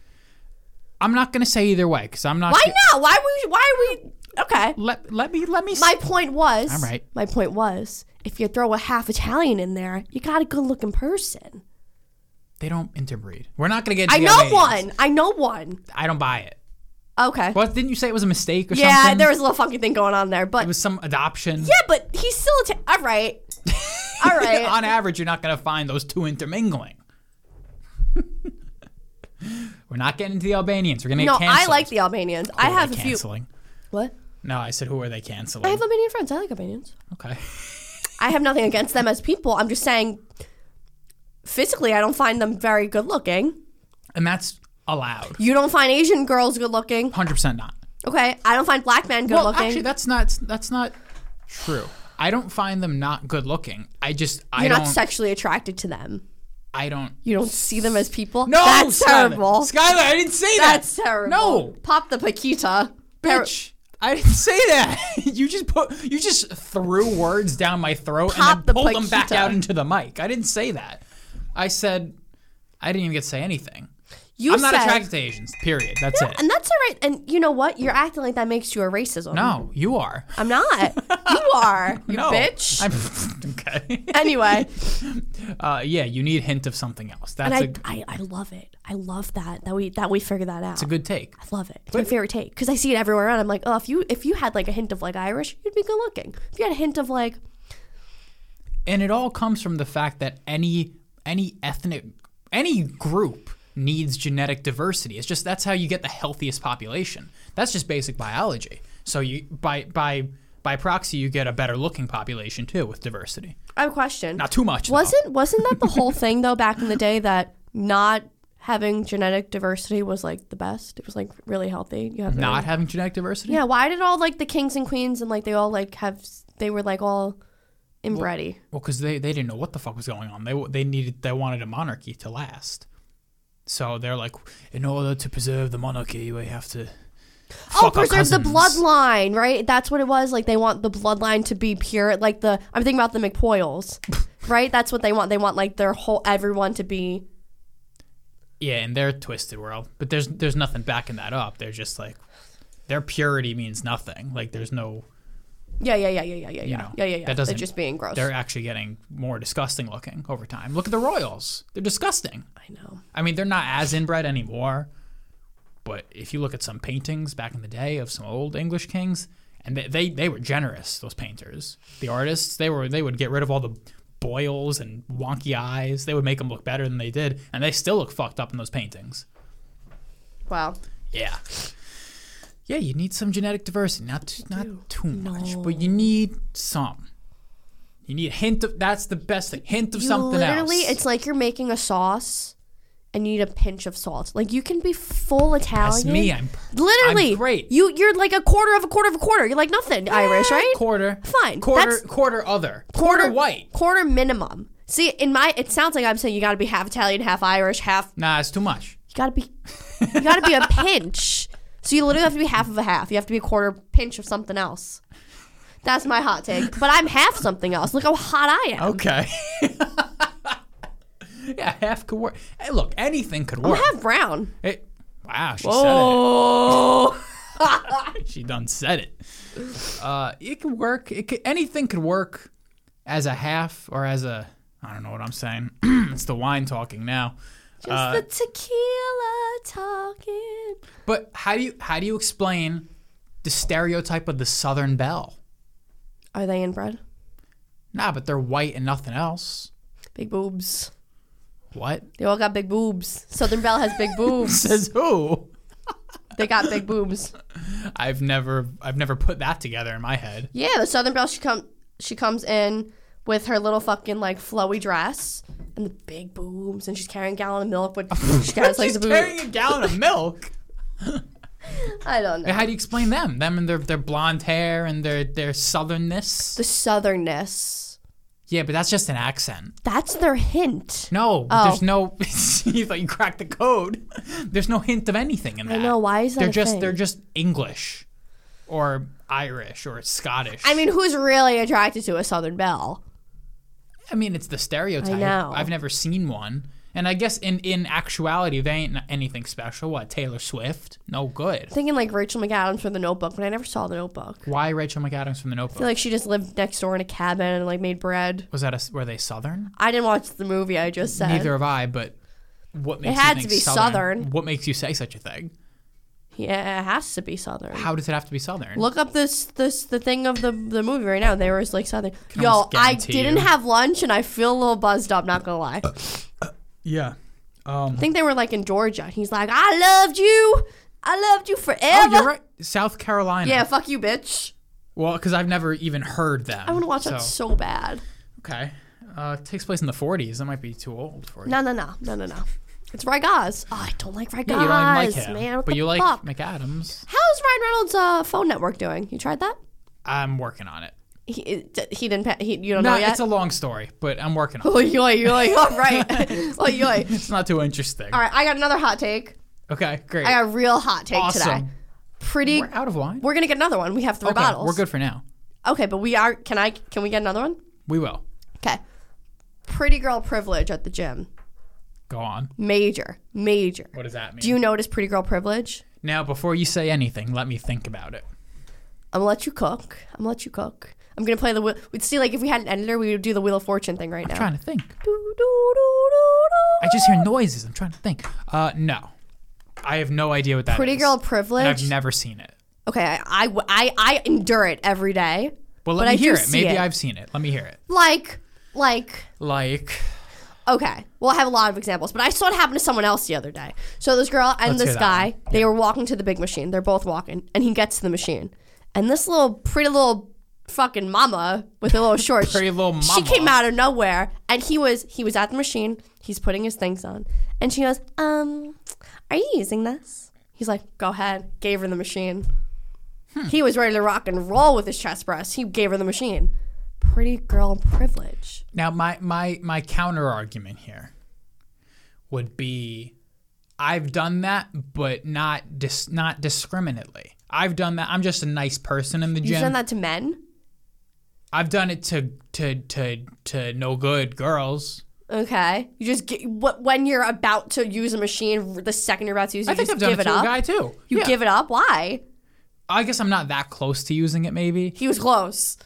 A: I'm not going to say either way because I'm not.
B: Why
A: ge-
B: not? Why we? Why we? Okay.
A: Let, let me, let me. s-
B: My point was.
A: All right.
B: My point was, if you throw a half Italian in there, you got a good-looking person.
A: they don't interbreed. We're not going to get. to
B: I
A: the
B: know
A: Albanians.
B: one. I know one.
A: I don't buy it.
B: Okay.
A: Well, didn't you say it was a mistake or
B: yeah,
A: something?
B: there was a little funky thing going on there, but
A: It was some adoption.
B: yeah, but he's still Ita-
A: *laughs*
B: all right. All right.
A: on average, you're not going to find those two intermingling. *laughs* We're not getting to the Albanians. We're going to
B: No,
A: get canceled.
B: I like the Albanians. I
A: Who are
B: have
A: they
B: a few.
A: canceling?
B: What?
A: No, I said who are they canceling?
B: I have Albanian friends. I like Albanians.
A: okay.
B: I have nothing against them as people. I'm just saying, physically, I don't find them very good looking.
A: And that's allowed.
B: You don't find Asian girls good looking.
A: 100% not.
B: Okay. I don't find black men good
A: Well,
B: looking.
A: actually, that's not that's not true. I don't find them not good looking. I just I
B: You're
A: don't
B: not sexually attracted to them.
A: I don't.
B: You don't see them as people.
A: No,
B: That's
A: Skylar.
B: terrible.
A: Skylar, I didn't say that.
B: That's terrible.
A: No,
B: Pop the Paquita. Par-
A: bitch. I didn't say that. *laughs* you just put you just threw words down my throat
B: Pop
A: and then
B: the
A: pulled them back
B: Paquita.
A: out into the mic. I didn't say that. I said I didn't even get to say anything.
B: you
A: I'm not
B: said-
A: attracted to Asians. Period. That's it.
B: And that's all right. And you know what? You're acting like that makes you a racism.
A: No, you are.
B: I'm
A: *laughs*
B: not. You are. You
A: no.
B: bitch.
A: I'm, *laughs* okay. *laughs*
B: anyway,
A: Uh, yeah, you need hint of something else.
B: and
A: That's a
B: I, I, I love it. I love that that we that we figured that out.
A: it's a good take.
B: I love it. It's my favorite take because I see it everywhere, and I'm like, oh, if you if you had like a hint of like Irish, you'd be good looking. If you had a hint of like,
A: and it all comes from the fact that any any ethnic any group needs genetic diversity it's just that's how you get the healthiest population that's just basic biology so you by by by proxy you get a better looking population too with diversity
B: I have a question.
A: not too much though.
B: wasn't wasn't that the whole thing though back in the day that not having genetic diversity was like the best? It was like really healthy. You have really-
A: not having genetic diversity
B: Yeah, why did all like the kings and queens and like they all like have they were like all inbready?
A: well because they, they didn't know what the fuck was going on they they needed they wanted a monarchy to last so they're like in order to preserve the monarchy we have to
B: Oh,
A: fuck our
B: preserve the
A: cousins."
B: bloodline, right? That's what it was. Like they want the bloodline to be pure. Like the I'm thinking about
A: *laughs*
B: the McPoyles, right? That's what they want. They want like their whole everyone to be.
A: Yeah, in their twisted world. But there's there's nothing backing that up. They're just like their purity means nothing. Like there's no
B: Yeah, yeah, yeah, yeah, yeah, yeah, yeah,
A: know,
B: yeah, yeah, yeah.
A: that doesn't-
B: They're just being gross.
A: they're actually getting more disgusting looking over time. Look at the Royals. They're disgusting.
B: I know.
A: I mean, they're not as inbred anymore. But if you look at some paintings back in the day of some old English kings, and they, they, they were generous, those painters. The artists, they were they would get rid of all the boils and wonky eyes. They would make them look better than they did, and they still look fucked up in those paintings.
B: Wow.
A: Yeah. Yeah, you need some genetic diversity. Not t- not too much,
B: No.
A: but you need some. You need a hint of that's the best thing. Hint of
B: You
A: something
B: literally,
A: else.
B: it's like you're making a sauce, and you need a pinch of salt. Like you can be full Italian.
A: that's me. I'm per-
B: Literally,
A: I'm great. Eh,
B: You you're like a quarter of a quarter of a quarter. You're like nothing Irish, right?
A: quarter.
B: Fine,
A: Quarter
B: that's-
A: quarter other. Quarter, white.
B: quarter minimum. See, in my it sounds like I'm saying you got to be half Italian, half Irish, half
A: Nah, it's too much.
B: you got to be you got to be a
A: *laughs*
B: pinch. So you literally have to be half of a half. You have to be a quarter pinch of something else. That's my hot take. But I'm half something else. Look how hot I am.
A: Okay. *laughs* yeah, half could work. Hey, look, anything could
B: I'm
A: work.
B: half brown.
A: It- wow, she
B: Oh.
A: said it. *laughs* She done said it. Uh, it could work. It could, anything could work as a half or as a. I don't know what I'm saying. *clears throat* it's the wine talking now.
B: Just
A: Uh,
B: the tequila talking.
A: But how do you how do you explain the stereotype of the Southern Belle?
B: Are they inbred?
A: Nah, but they're white and nothing else.
B: Big boobs.
A: What *laughs*
B: They all got big boobs. Southern Belle has big boobs.
A: says who?
B: They got big boobs.
A: I've never I've never put that together in my head.
B: Yeah, the Southern Belle. She come. She comes in with her little fucking like flowy dress and the big boobs, and she's carrying a gallon of
A: *laughs*
B: milk, but she carries like
A: She's
B: the
A: carrying
B: boob.
A: a gallon
B: *laughs*
A: of milk.
B: I don't know
A: How do you explain them? Them and their their blonde hair and their their southernness.
B: the southernness.
A: Yeah, but that's just an accent.
B: That's their hint.
A: No,
B: Oh.
A: there's no. *laughs* you thought you cracked the code. There's no hint of anything in
B: I
A: that.
B: know. Why is that?
A: They're
B: a
A: just
B: thing?
A: they're just English, or Irish, or Scottish.
B: I mean, who's really attracted to a Southern belle?
A: I mean, it's the stereotype.
B: I know.
A: have never seen one. And I guess in, in actuality, they ain't anything special. What, Taylor Swift? No good.
B: Thinking like Rachel McAdams from The Notebook, but I never saw The Notebook. I
A: Why Rachel McAdams from The Notebook?
B: feel like she just lived next door in a cabin and like made bread.
A: was that a, were they Southern?
B: I didn't watch the movie. I just said
A: Neither have I, but what makes
B: had
A: you
B: to
A: think
B: be Southern.
A: What makes you say such a thing?
B: Yeah, it has to be Southern.
A: How does it have to be Southern?
B: Look up this this the thing of the the movie right now. They were just, like Southern. Yo,
A: almost
B: I
A: guarantee
B: didn't
A: you.
B: have lunch and I feel a little buzzed up. Not gonna lie. I
A: yeah. Um,
B: think they were like in Georgia. He's like, I loved you. I loved you forever.
A: oh,
B: *laughs*
A: you're right. South Carolina.
B: Yeah, fuck you, bitch.
A: Well, because I've never even heard them.
B: I want to watch
A: so.
B: that so bad.
A: Okay. Uh, it takes place in the 40s. That might be too old for you.
B: No, no, no, no, no, no. It's Rygaz. Oh, I don't like Rygaz,
A: Yeah, you don't even like him,
B: man. What
A: but
B: the
A: you like
B: fuck?
A: McAdams.
B: How's Ryan Reynolds' uh, phone network doing? You tried that?
A: I'm working on it.
B: He it- he didn't. Pa- he, you don't
A: No,
B: know yet.
A: it's a long story, but I'm working on it.
B: *laughs* Oy, oy, oy, all *laughs* right.
A: *laughs*
B: *laughs* oy, oy.
A: It's not too interesting.
B: All right, I got another hot take.
A: Okay, great.
B: I got a real hot take today.
A: awesome.
B: Pretty.
A: We're
B: We're,
A: out of wine.
B: gonna get another one. We have three
A: okay,
B: bottles.
A: We're good for now.
B: Okay, but we are. Can I? Can we get another one?
A: We will.
B: Okay. Pretty girl privilege at the gym.
A: Go on.
B: Major, major.
A: What does that mean?
B: Do you notice pretty girl privilege?
A: now, before you say anything, let me think about it.
B: I'm gonna let you cook. I'm gonna let you cook. I'm gonna play the. wheel- We'd see like if we had an editor, we would do the Wheel of Fortune thing right now.
A: trying to think.
B: Do, do, do, do, do.
A: I just hear noises. I'm trying to think. Uh, no. I have no idea what that
B: Pretty
A: is,
B: girl
A: and I've
B: privilege.
A: never seen it.
B: okay, I, I, I, I endure it every day.
A: Well, let
B: But
A: me
B: I do
A: hear it.
B: see
A: Maybe
B: it.
A: I've seen it. Let me hear it.
B: Like, like.
A: Like,
B: Okay. Well, I have a lot of examples, but I saw it happen to someone else the other day. So this girl and
A: Let's
B: this
A: hear that
B: guy, they were walking to the big machine. They're both walking, and he gets to the machine, and this little pretty little fucking mama with
A: *laughs*
B: a little short,
A: Pretty little
B: she
A: mama.
B: came out of nowhere, and he was he was at the machine. He's putting his things on, and she goes, "Um, are you using this?" He's like, "Go ahead." Gave her the machine.
A: Hmm.
B: He was ready to rock and roll with his chest press. He gave her the machine. Pretty girl privilege.
A: Now, my my my counter argument here would be, I've done that, but not dis- not discriminately. I've done that. I'm just a nice person in the
B: You've
A: gym.
B: done that to men.
A: I've done it to to to to no good girls.
B: Okay. You just get what when you're about to use a machine, the second you're about to use, it,
A: I
B: you
A: think
B: just
A: I've done
B: give
A: it
B: it
A: to a
B: up.
A: guy too.
B: You
A: Yeah.
B: give it up. Why?
A: I guess I'm not that close to using it. Maybe
B: He was close.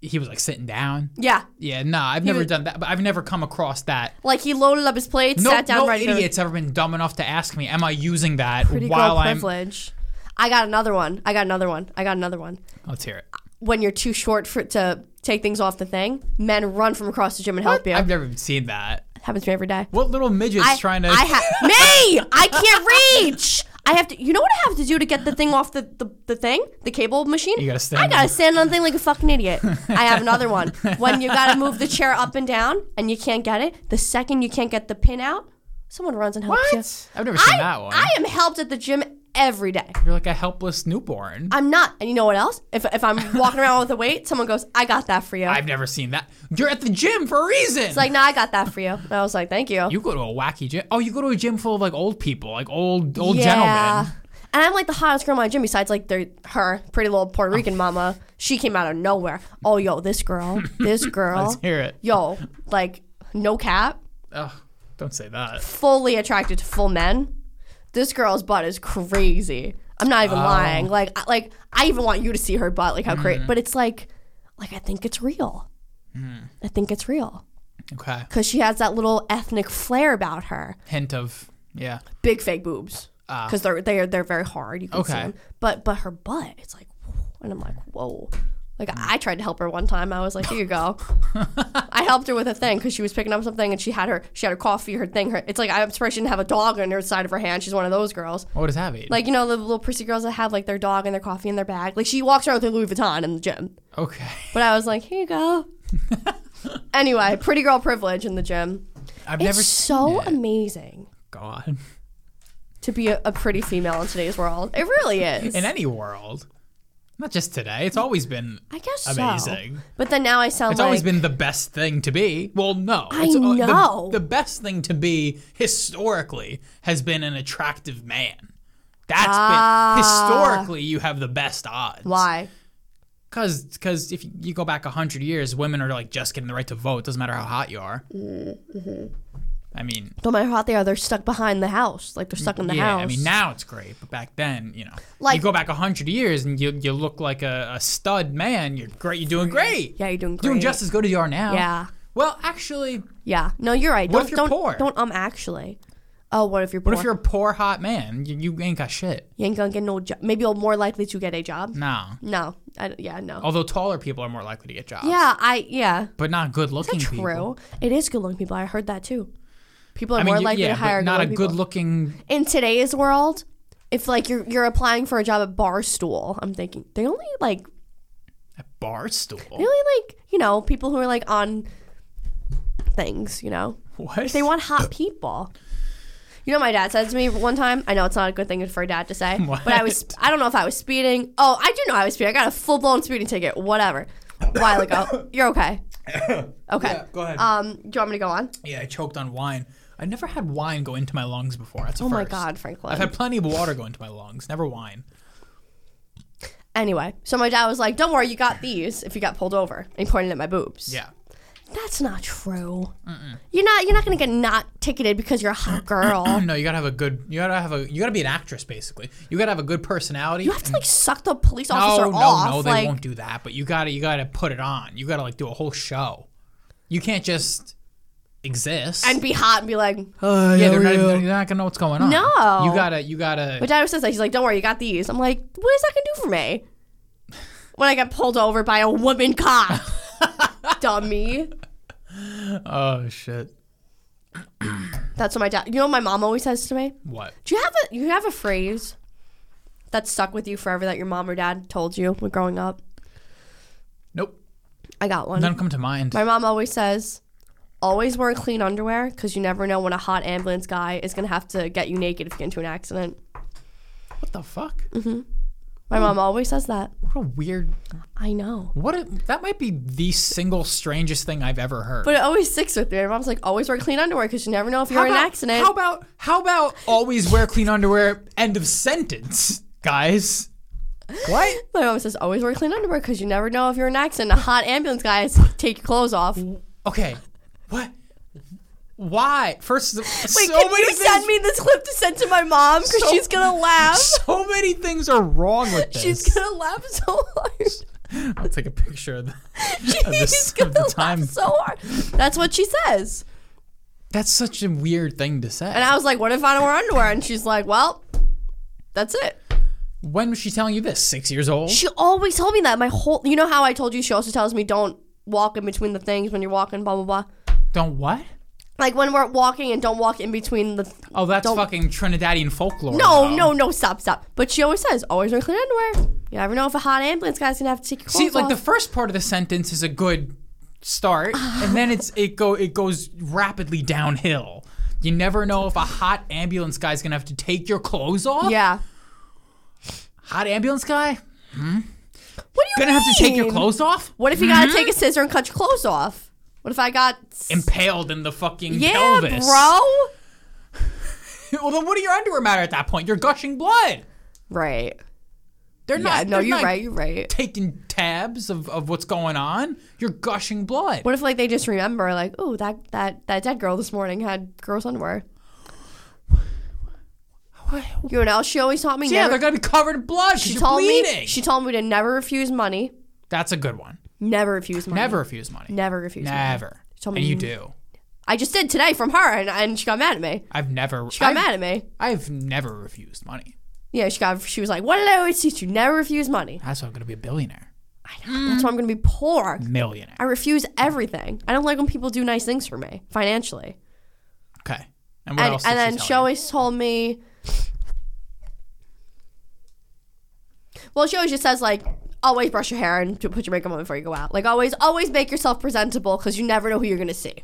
A: he was like sitting down.
B: Yeah.
A: Yeah, no, I've never
B: was-
A: done that. But I've never come across that.
B: Like he loaded up his plate,
A: No,
B: sat down,
A: no
B: ready
A: idiot's ever been dumb enough to ask me, "Am I using that?"
B: to pretty
A: while
B: girl
A: I'm
B: privilege. I got another one. I got another one. I got another one.
A: let's hear it.
B: When you're too short for to take things off the thing, men run from across the gym and help you.
A: I've never seen that.
B: happens to me every day.
A: What little midget's
B: I,
A: trying to?
B: I
A: *laughs*
B: ha- me. I can't reach. I have to. You know what I have to do to get the thing off the the, the thing, the cable machine.
A: You gotta stand
B: I gotta
A: up.
B: stand on the thing like a fucking idiot. I have
A: *laughs*
B: another one. When you gotta move the chair up and down and you can't get it, the second you can't get the pin out, someone runs and helps you.
A: I've never seen
B: I,
A: that one.
B: I am helped at the gym every day.
A: You're like a helpless newborn.
B: I'm not. And you know what else? If if I'm walking around with a weight, someone goes, "I got that for you."
A: I've never seen that. You're at the gym for a reason.
B: it's like, no, I got that for you. And I was like, thank you.
A: you go to a wacky gym. Oh, you go to a gym full of like old people, like old old gentlemen.
B: And I'm like the hottest girl in my gym besides like their, her pretty little
A: Oh.
B: Puerto Rican mama. She came out of nowhere. Oh, yo,
A: *laughs*
B: this girl, this girl.
A: Let's hear it.
B: Yo, like no cap,
A: Oh, don't say that.
B: fully attracted to full men. This girl's butt is crazy. I'm not
A: Oh.
B: even lying. Like, I, like I even want you to see her butt, like how
A: Mm.
B: crazy. But it's like, like I think it's real.
A: Mm.
B: I think it's real
A: Okay.
B: because she has that little ethnic flair about her.
A: Hint of yeah.
B: big fake boobs because they're they're they're very hard. You can see
A: Ah. Okay.
B: them. But but her butt, it's like, and I'm like, whoa. Like I tried to help her one time. I was like, here you
A: *laughs*
B: go. I helped her with a thing because she was picking up something and she had her she had her coffee, her thing. Her it's like I'm surprised she didn't have a dog on her side of her hand. She's one of those girls.
A: What does that mean?
B: Like you know the little prissy girls that have like their dog and their coffee in their bag. Like she walks around with her Louis Vuitton in the gym.
A: okay. *laughs*
B: But I was like, here you go. anyway, pretty girl privilege in the gym.
A: I've
B: It's
A: never
B: so
A: seen it.
B: amazing
A: God.
B: to be a, a pretty female in today's world. It really is.
A: In any world. Not just today. It's always been
B: I guess so.
A: amazing.
B: But then now I sound
A: It's
B: like
A: always been the best thing to be. Well, no.
B: I
A: It's, uh, the-
B: know.
A: The, best thing to be historically has been an attractive man. That's
B: Ah.
A: been historically you have the best odds.
B: why?
A: Cuz cuz if you go back 100 years, women are like just getting the right to vote. Doesn't matter how hot you are.
B: Mm-hmm.
A: I mean,
B: No matter how hot they are, they're stuck behind the house. Like they're stuck in the
A: yeah,
B: house.
A: I mean now it's great, but back then, you know,
B: Like-
A: you go back hundred years and you you look like a, a stud man. You're great. You're doing great.
B: yeah, you're doing great.
A: doing just as good as you are now.
B: Yeah.
A: Well, actually,
B: Yeah. No, you're right.
A: What
B: don't
A: if you're
B: don't
A: poor?
B: don't um actually. Oh, what if you're poor?
A: what if you're a poor hot man? You, you ain't got shit.
B: you ain't gonna get no job. Maybe you're more likely to get a job.
A: No.
B: No. I, yeah. No.
A: Although taller people are more likely to get jobs.
B: Yeah. I. Yeah.
A: But not good looking
B: True.
A: people.
B: It is good looking people. I heard that too. People are
A: I mean,
B: more
A: y-
B: likely
A: yeah,
B: to hire
A: but not a
B: good-looking
A: good
B: people.
A: looking.
B: in today's world, if like you're you're applying for a job at Barstool, I'm thinking they only like
A: Bar stool.
B: they only like you know people who are like on things, you know.
A: *laughs* What?
B: They want hot people. You know, what my dad said to me one time. I know it's not a good thing for a dad to say,
A: *laughs* What?
B: but I was—I don't know if I was speeding. Oh, I do know I was speeding. I got a full-blown speeding ticket. Whatever, a while
A: *coughs*
B: ago. You're okay. Okay.
A: Yeah, go ahead.
B: Um, do you want me to go on?
A: yeah, I choked on wine. I never had wine go into my lungs before. That's a
B: Oh my
A: first.
B: God, Franklin.
A: I've had plenty of water go into my lungs, never wine.
B: Anyway, so my dad was like, "Don't worry, you got these. If you got pulled over," and he pointed at my boobs.
A: Yeah.
B: that's not true. You're not. You're not gonna get not ticketed because you're
A: *clears throat*
B: a hot girl.
A: No, you gotta have a good. You gotta have a. You gotta be an actress, basically. You gotta have a good personality.
B: you have to like suck the police
A: no,
B: officer
A: no,
B: off.
A: no, they
B: like,
A: won't do that. But you gotta, you gotta put it on. You gotta like do a whole show. You can't just exist.
B: and be hot and be like,
A: Uh, yeah, they're not, even, they're not gonna know what's going on.
B: No.
A: you gotta, you gotta.
B: My dad always says that. He's like, don't worry, you got these. I'm like, what is that going to do for me? When I got pulled over by a woman
A: *laughs*
B: cop. Dummy.
A: oh shit!
B: That's what my dad, you know what my mom always says to me?
A: What?
B: Do you have a, you have a phrase that stuck with you forever that your mom or dad told you when growing up?
A: Nope.
B: I got one.
A: None come to mind.
B: My mom always says, always wear clean underwear because you never know when a hot ambulance guy is going to have to get you naked if you get into an accident.
A: what the fuck?
B: My mom always says that.
A: What a weird.
B: I know.
A: What? A, that might be the single strangest thing I've ever heard.
B: But it always sticks with me. My mom's like, always wear clean underwear because you never know if you're in an accident.
A: How about how about always wear clean underwear? End of sentence,
B: *laughs*
A: guys. What?
B: My mom says always wear clean underwear because you never know if you're in an accident. A hot ambulance guy is take your clothes off. Wait,
A: Okay. What? Why? First, of- so
B: can
A: many
B: you
A: things.
B: send me this clip to send to my mom because
A: So-
B: she's gonna
A: *laughs*
B: laugh.
A: so many things are wrong with this.
B: She's gonna laugh so
A: *laughs*
B: hard.
A: I'll take a picture of that.
B: She's
A: this-
B: gonna
A: of the
B: laugh
A: time.
B: so hard. That's what she says.
A: That's such a weird thing to say.
B: And I was like, "What if I don't wear underwear?" And she's like, "Well, that's it."
A: when was she telling you this? Six years old?
B: She always told me that my whole. You know how I told you? She also tells me don't walk in between the things when you're walking. Blah blah blah.
A: Don't what?
B: Like when we're walking and don't walk in between the
A: Oh, that's fucking Trinidadian folklore.
B: No,
A: though.
B: no, no, stop, stop. But she always says, always wear clean underwear. You never know if a hot ambulance guy's gonna have to take your
A: See,
B: clothes
A: like the
B: off.
A: first part of the sentence is a good start, and then it's it go it goes rapidly downhill. You never know if a hot ambulance guy's gonna have to take your clothes off.
B: yeah.
A: Hot ambulance guy
B: What do you
A: gonna have to take your
B: mean?
A: clothes Mm-hmm. off.
B: What if you gotta take a scissor and cut your clothes off? What if I got?
A: Impaled in the fucking
B: yeah,
A: pelvis.
B: bro.
A: *laughs* well, then what do your underwear matter at that point? You're gushing blood.
B: Right.
A: They're
B: Yeah.
A: not.
B: no,
A: they're
B: you're
A: not
B: right. You're right.
A: Taking tabs of, of what's going on. You're gushing blood.
B: What if like they just remember like, oh, that that that dead girl this morning had girls' underwear.
A: What?
B: You know, she always taught me.
A: Yeah,
B: never,
A: they're gonna be covered in blood. 'cause
B: she
A: you're
B: told
A: bleeding.
B: me. She told me to never refuse money.
A: That's a good one.
B: Never refuse money.
A: Never refuse money.
B: Never refuse. Money.
A: Never.
B: told
A: and
B: me-
A: you do.
B: I just did today from her, and, and she got mad at me.
A: I've never.
B: She got
A: I've,
B: mad at me.
A: I've never refused money.
B: Yeah, she got. She was like, "What did I always teach you? Never refuse money."
A: That's why I'm gonna be a billionaire,
B: I know.
A: Mm.
B: That's why I'm gonna be poor.
A: millionaire.
B: I refuse everything. I don't like when people do nice things for me financially.
A: Okay. And what
B: And,
A: else?
B: and
A: did
B: then
A: she
B: she
A: tell you?
B: always told me. Well, she always just says like, always brush your hair and put your makeup on before you go out. Like always, always make yourself presentable because you never know who you're gonna see.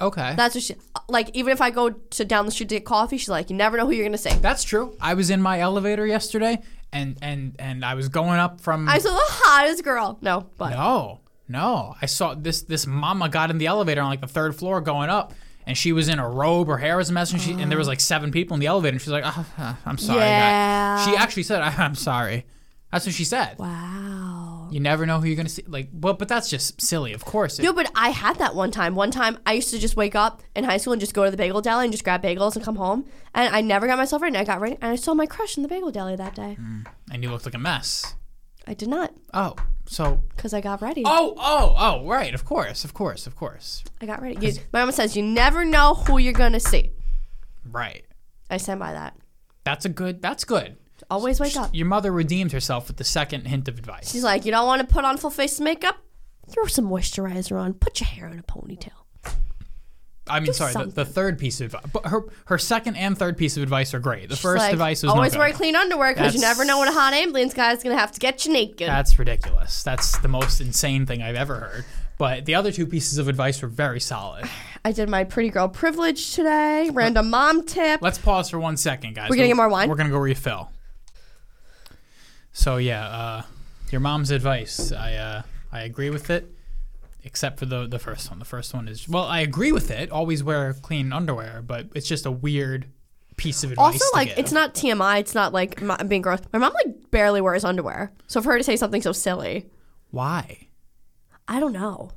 A: Okay.
B: That's what she like. Even if I go to down the street to get coffee, she's like, you never know who you're gonna see.
A: That's true. I was in my elevator yesterday and and and I was going up from
B: I saw the hottest girl. No, but
A: no Oh, no I saw this this mama got in the elevator on like the third floor going up. And she was in a robe, her hair was a mess, and, she, and there was like seven people in the elevator. And she's like, "Ah, ah, "I'm sorry." guy."
B: Yeah.
A: She actually said, *laughs* "I'm sorry." That's what she said.
B: wow.
A: You never know who you're gonna see. Like, well, but that's just silly. Of course, it,
B: No, but I had that one time. One time I used to just wake up in high school and just go to the bagel deli and just grab bagels and come home. And I never got myself ready. I got ready and I saw my crush in the bagel deli that day.
A: Mm. and you looked like a mess.
B: I did not
A: Oh, so
B: because I got ready.
A: oh oh oh right. Of course, of course, of course.
B: I got ready. You, my mom says you never know who you're gonna see.
A: Right.
B: I stand by that.
A: That's a good. That's good.
B: Always wake up.
A: Your mother redeemed herself with the second hint of advice.
B: She's like, you don't want to put on full face makeup? Throw some moisturizer on. Put your hair in a ponytail.
A: I mean, sorry, the, the
B: something.
A: third piece of advice. But her her second and third piece of advice are great. The
B: She's
A: first
B: like,
A: advice was
B: always
A: no good.
B: wear clean underwear because you
A: That's-
B: never know when a hot ambulance guy's gonna have to get you naked.
A: That's ridiculous. That's the most insane thing I've ever heard. But the other two pieces of advice were very solid.
B: I did my pretty girl privilege today. Random mom tip.
A: Let's pause for one second, guys.
B: We're gonna get more wine?
A: We're gonna go refill. So yeah, uh, your mom's advice. I uh, I agree with it, except for the the first one. The first one is well, I agree with it. Always wear clean underwear, but it's just a weird piece of advice.
B: Also,
A: to
B: like,
A: give.
B: it's not TMI. It's not like I'm being gross. My mom like barely wears underwear. So for her to say something so silly,
A: why.
B: I don't know.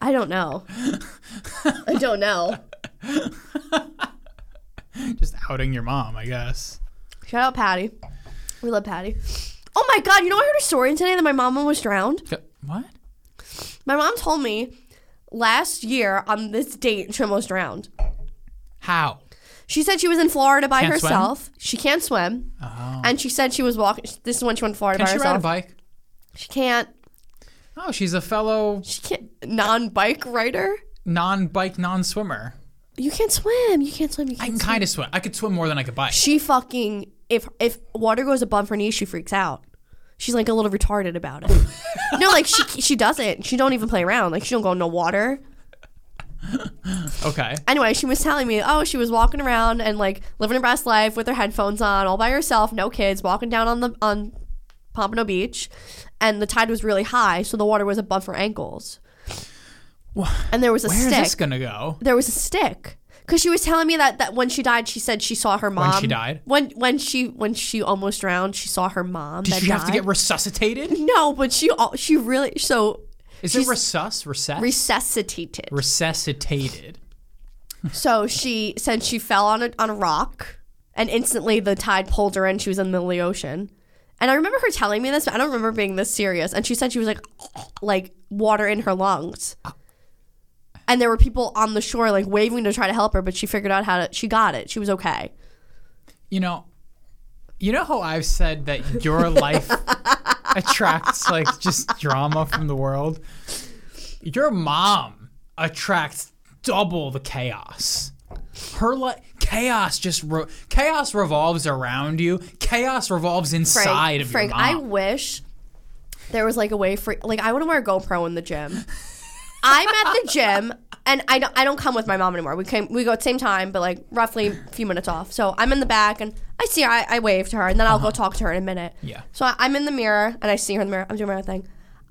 B: I don't know. I don't know.
A: Just outing your mom, I guess.
B: Shout out Patty. We love Patty. Oh my God! You know I heard a story today that my mom almost drowned.
A: What?
B: My mom told me last year on this date she almost drowned.
A: How?
B: She said she was in Florida by
A: Can't swim?
B: herself. She can't swim,
A: Oh.
B: and she said she was walking. This is when she went to Florida
A: Can
B: by
A: she
B: herself.
A: ride a bike?
B: She can't.
A: Oh, she's a fellow
B: She can't. Non-bike rider.
A: non-bike non-swimmer.
B: You can't swim. You can't swim. You
A: I
B: can't.
A: can
B: swim.
A: kind of swim. I could swim more than I could bike.
B: She fucking if if water goes above her knees, she freaks out. She's like a little retarded about
A: *laughs*
B: it. no, like she she doesn't. She don't even play around. Like she don't go in the water.
A: Okay.
B: anyway, she was telling me, oh, she was walking around and like living her best life with her headphones on, all by herself, no kids, walking down on the on Pompano Beach, and the tide was really high, so the water was above her ankles.
A: Wha-
B: And there was a
A: Where is
B: stick.
A: this gonna go?
B: there was a stick. Cause she was telling me that, that when she died, she said she saw her mom.
A: she died?
B: When when she when she almost drowned, she saw her mom.
A: Did
B: that
A: she have to
B: died.
A: get resuscitated?
B: no, but she al- she really so
A: Is
B: She's-
A: it resus? Recess?
B: resuscitated.
A: Resuscitated.
B: So she said she fell on a, on a rock, and instantly the tide pulled her in. She was in the middle of the ocean, and I remember her telling me this, but I don't remember being this serious. And she said she was like, like water in her lungs, and there were people on the shore like waving to try to help her, but she figured out how to. She got it. She was okay.
A: You know, you know how I've said that your
B: *laughs*
A: life attracts like just drama from the world. Your mom attracts double the chaos. Her li chaos just ro- chaos revolves around you. Chaos revolves inside
B: Frank,
A: of
B: Frank,
A: your
B: I
A: mom.
B: wish there was like a way for like I want to wear a GoPro in the gym. I'm at the gym and I don't I don't come with my mom anymore. We came we go at the same time, but like roughly a few minutes off. So I'm in the back and I see her. I, I wave to her and then I'll go talk to her in a minute.
A: Uh-huh. Yeah.
B: So I, I'm in the mirror and I see her in the mirror. I'm doing my own thing.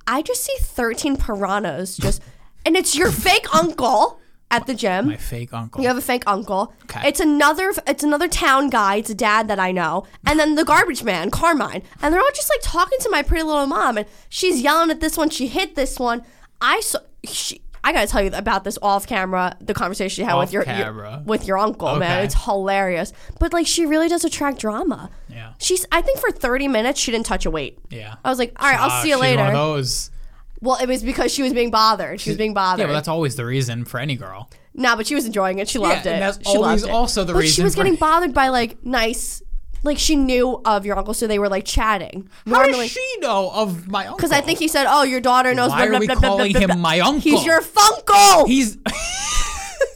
B: I just see 13 piranhas just, and it's your fake uncle at the gym.
A: My fake uncle.
B: You have a fake uncle.
A: Okay.
B: It's another. It's another town guy. It's a dad that I know, and then the garbage man, Carmine, and they're all just like talking to my pretty little mom, and she's yelling at this one. She hit this one. I saw. She, I gotta tell you about this off camera. The conversation she had
A: Off
B: with your, your-
A: camera.
B: with your uncle, man.
A: Okay.
B: It's hilarious. But like, she really does attract drama.
A: Yeah.
B: She's. I think for thirty minutes she didn't touch a weight.
A: Yeah.
B: I was like, all right, I'll
A: Ah,
B: see you
A: she's One of
B: later.
A: those.
B: Well, it was because she was being bothered. She was being bothered.
A: Yeah, but that's always the reason for any girl.
B: Nah, but she was enjoying it. She loved
A: and
B: it.
A: that's
B: she
A: always
B: loved it.
A: also the
B: but she
A: reason
B: was
A: for-
B: getting bothered by like nice, like she knew of your uncle, so they were like chatting.
A: How
B: Normally,
A: does she know of my uncle?
B: because I think he said, "Oh, your daughter knows."
A: Why
B: blah,
A: are
B: blah,
A: we
B: blah, blah,
A: calling
B: blah, blah,
A: him
B: blah.
A: my uncle?
B: He's your funkle.
A: He's *laughs*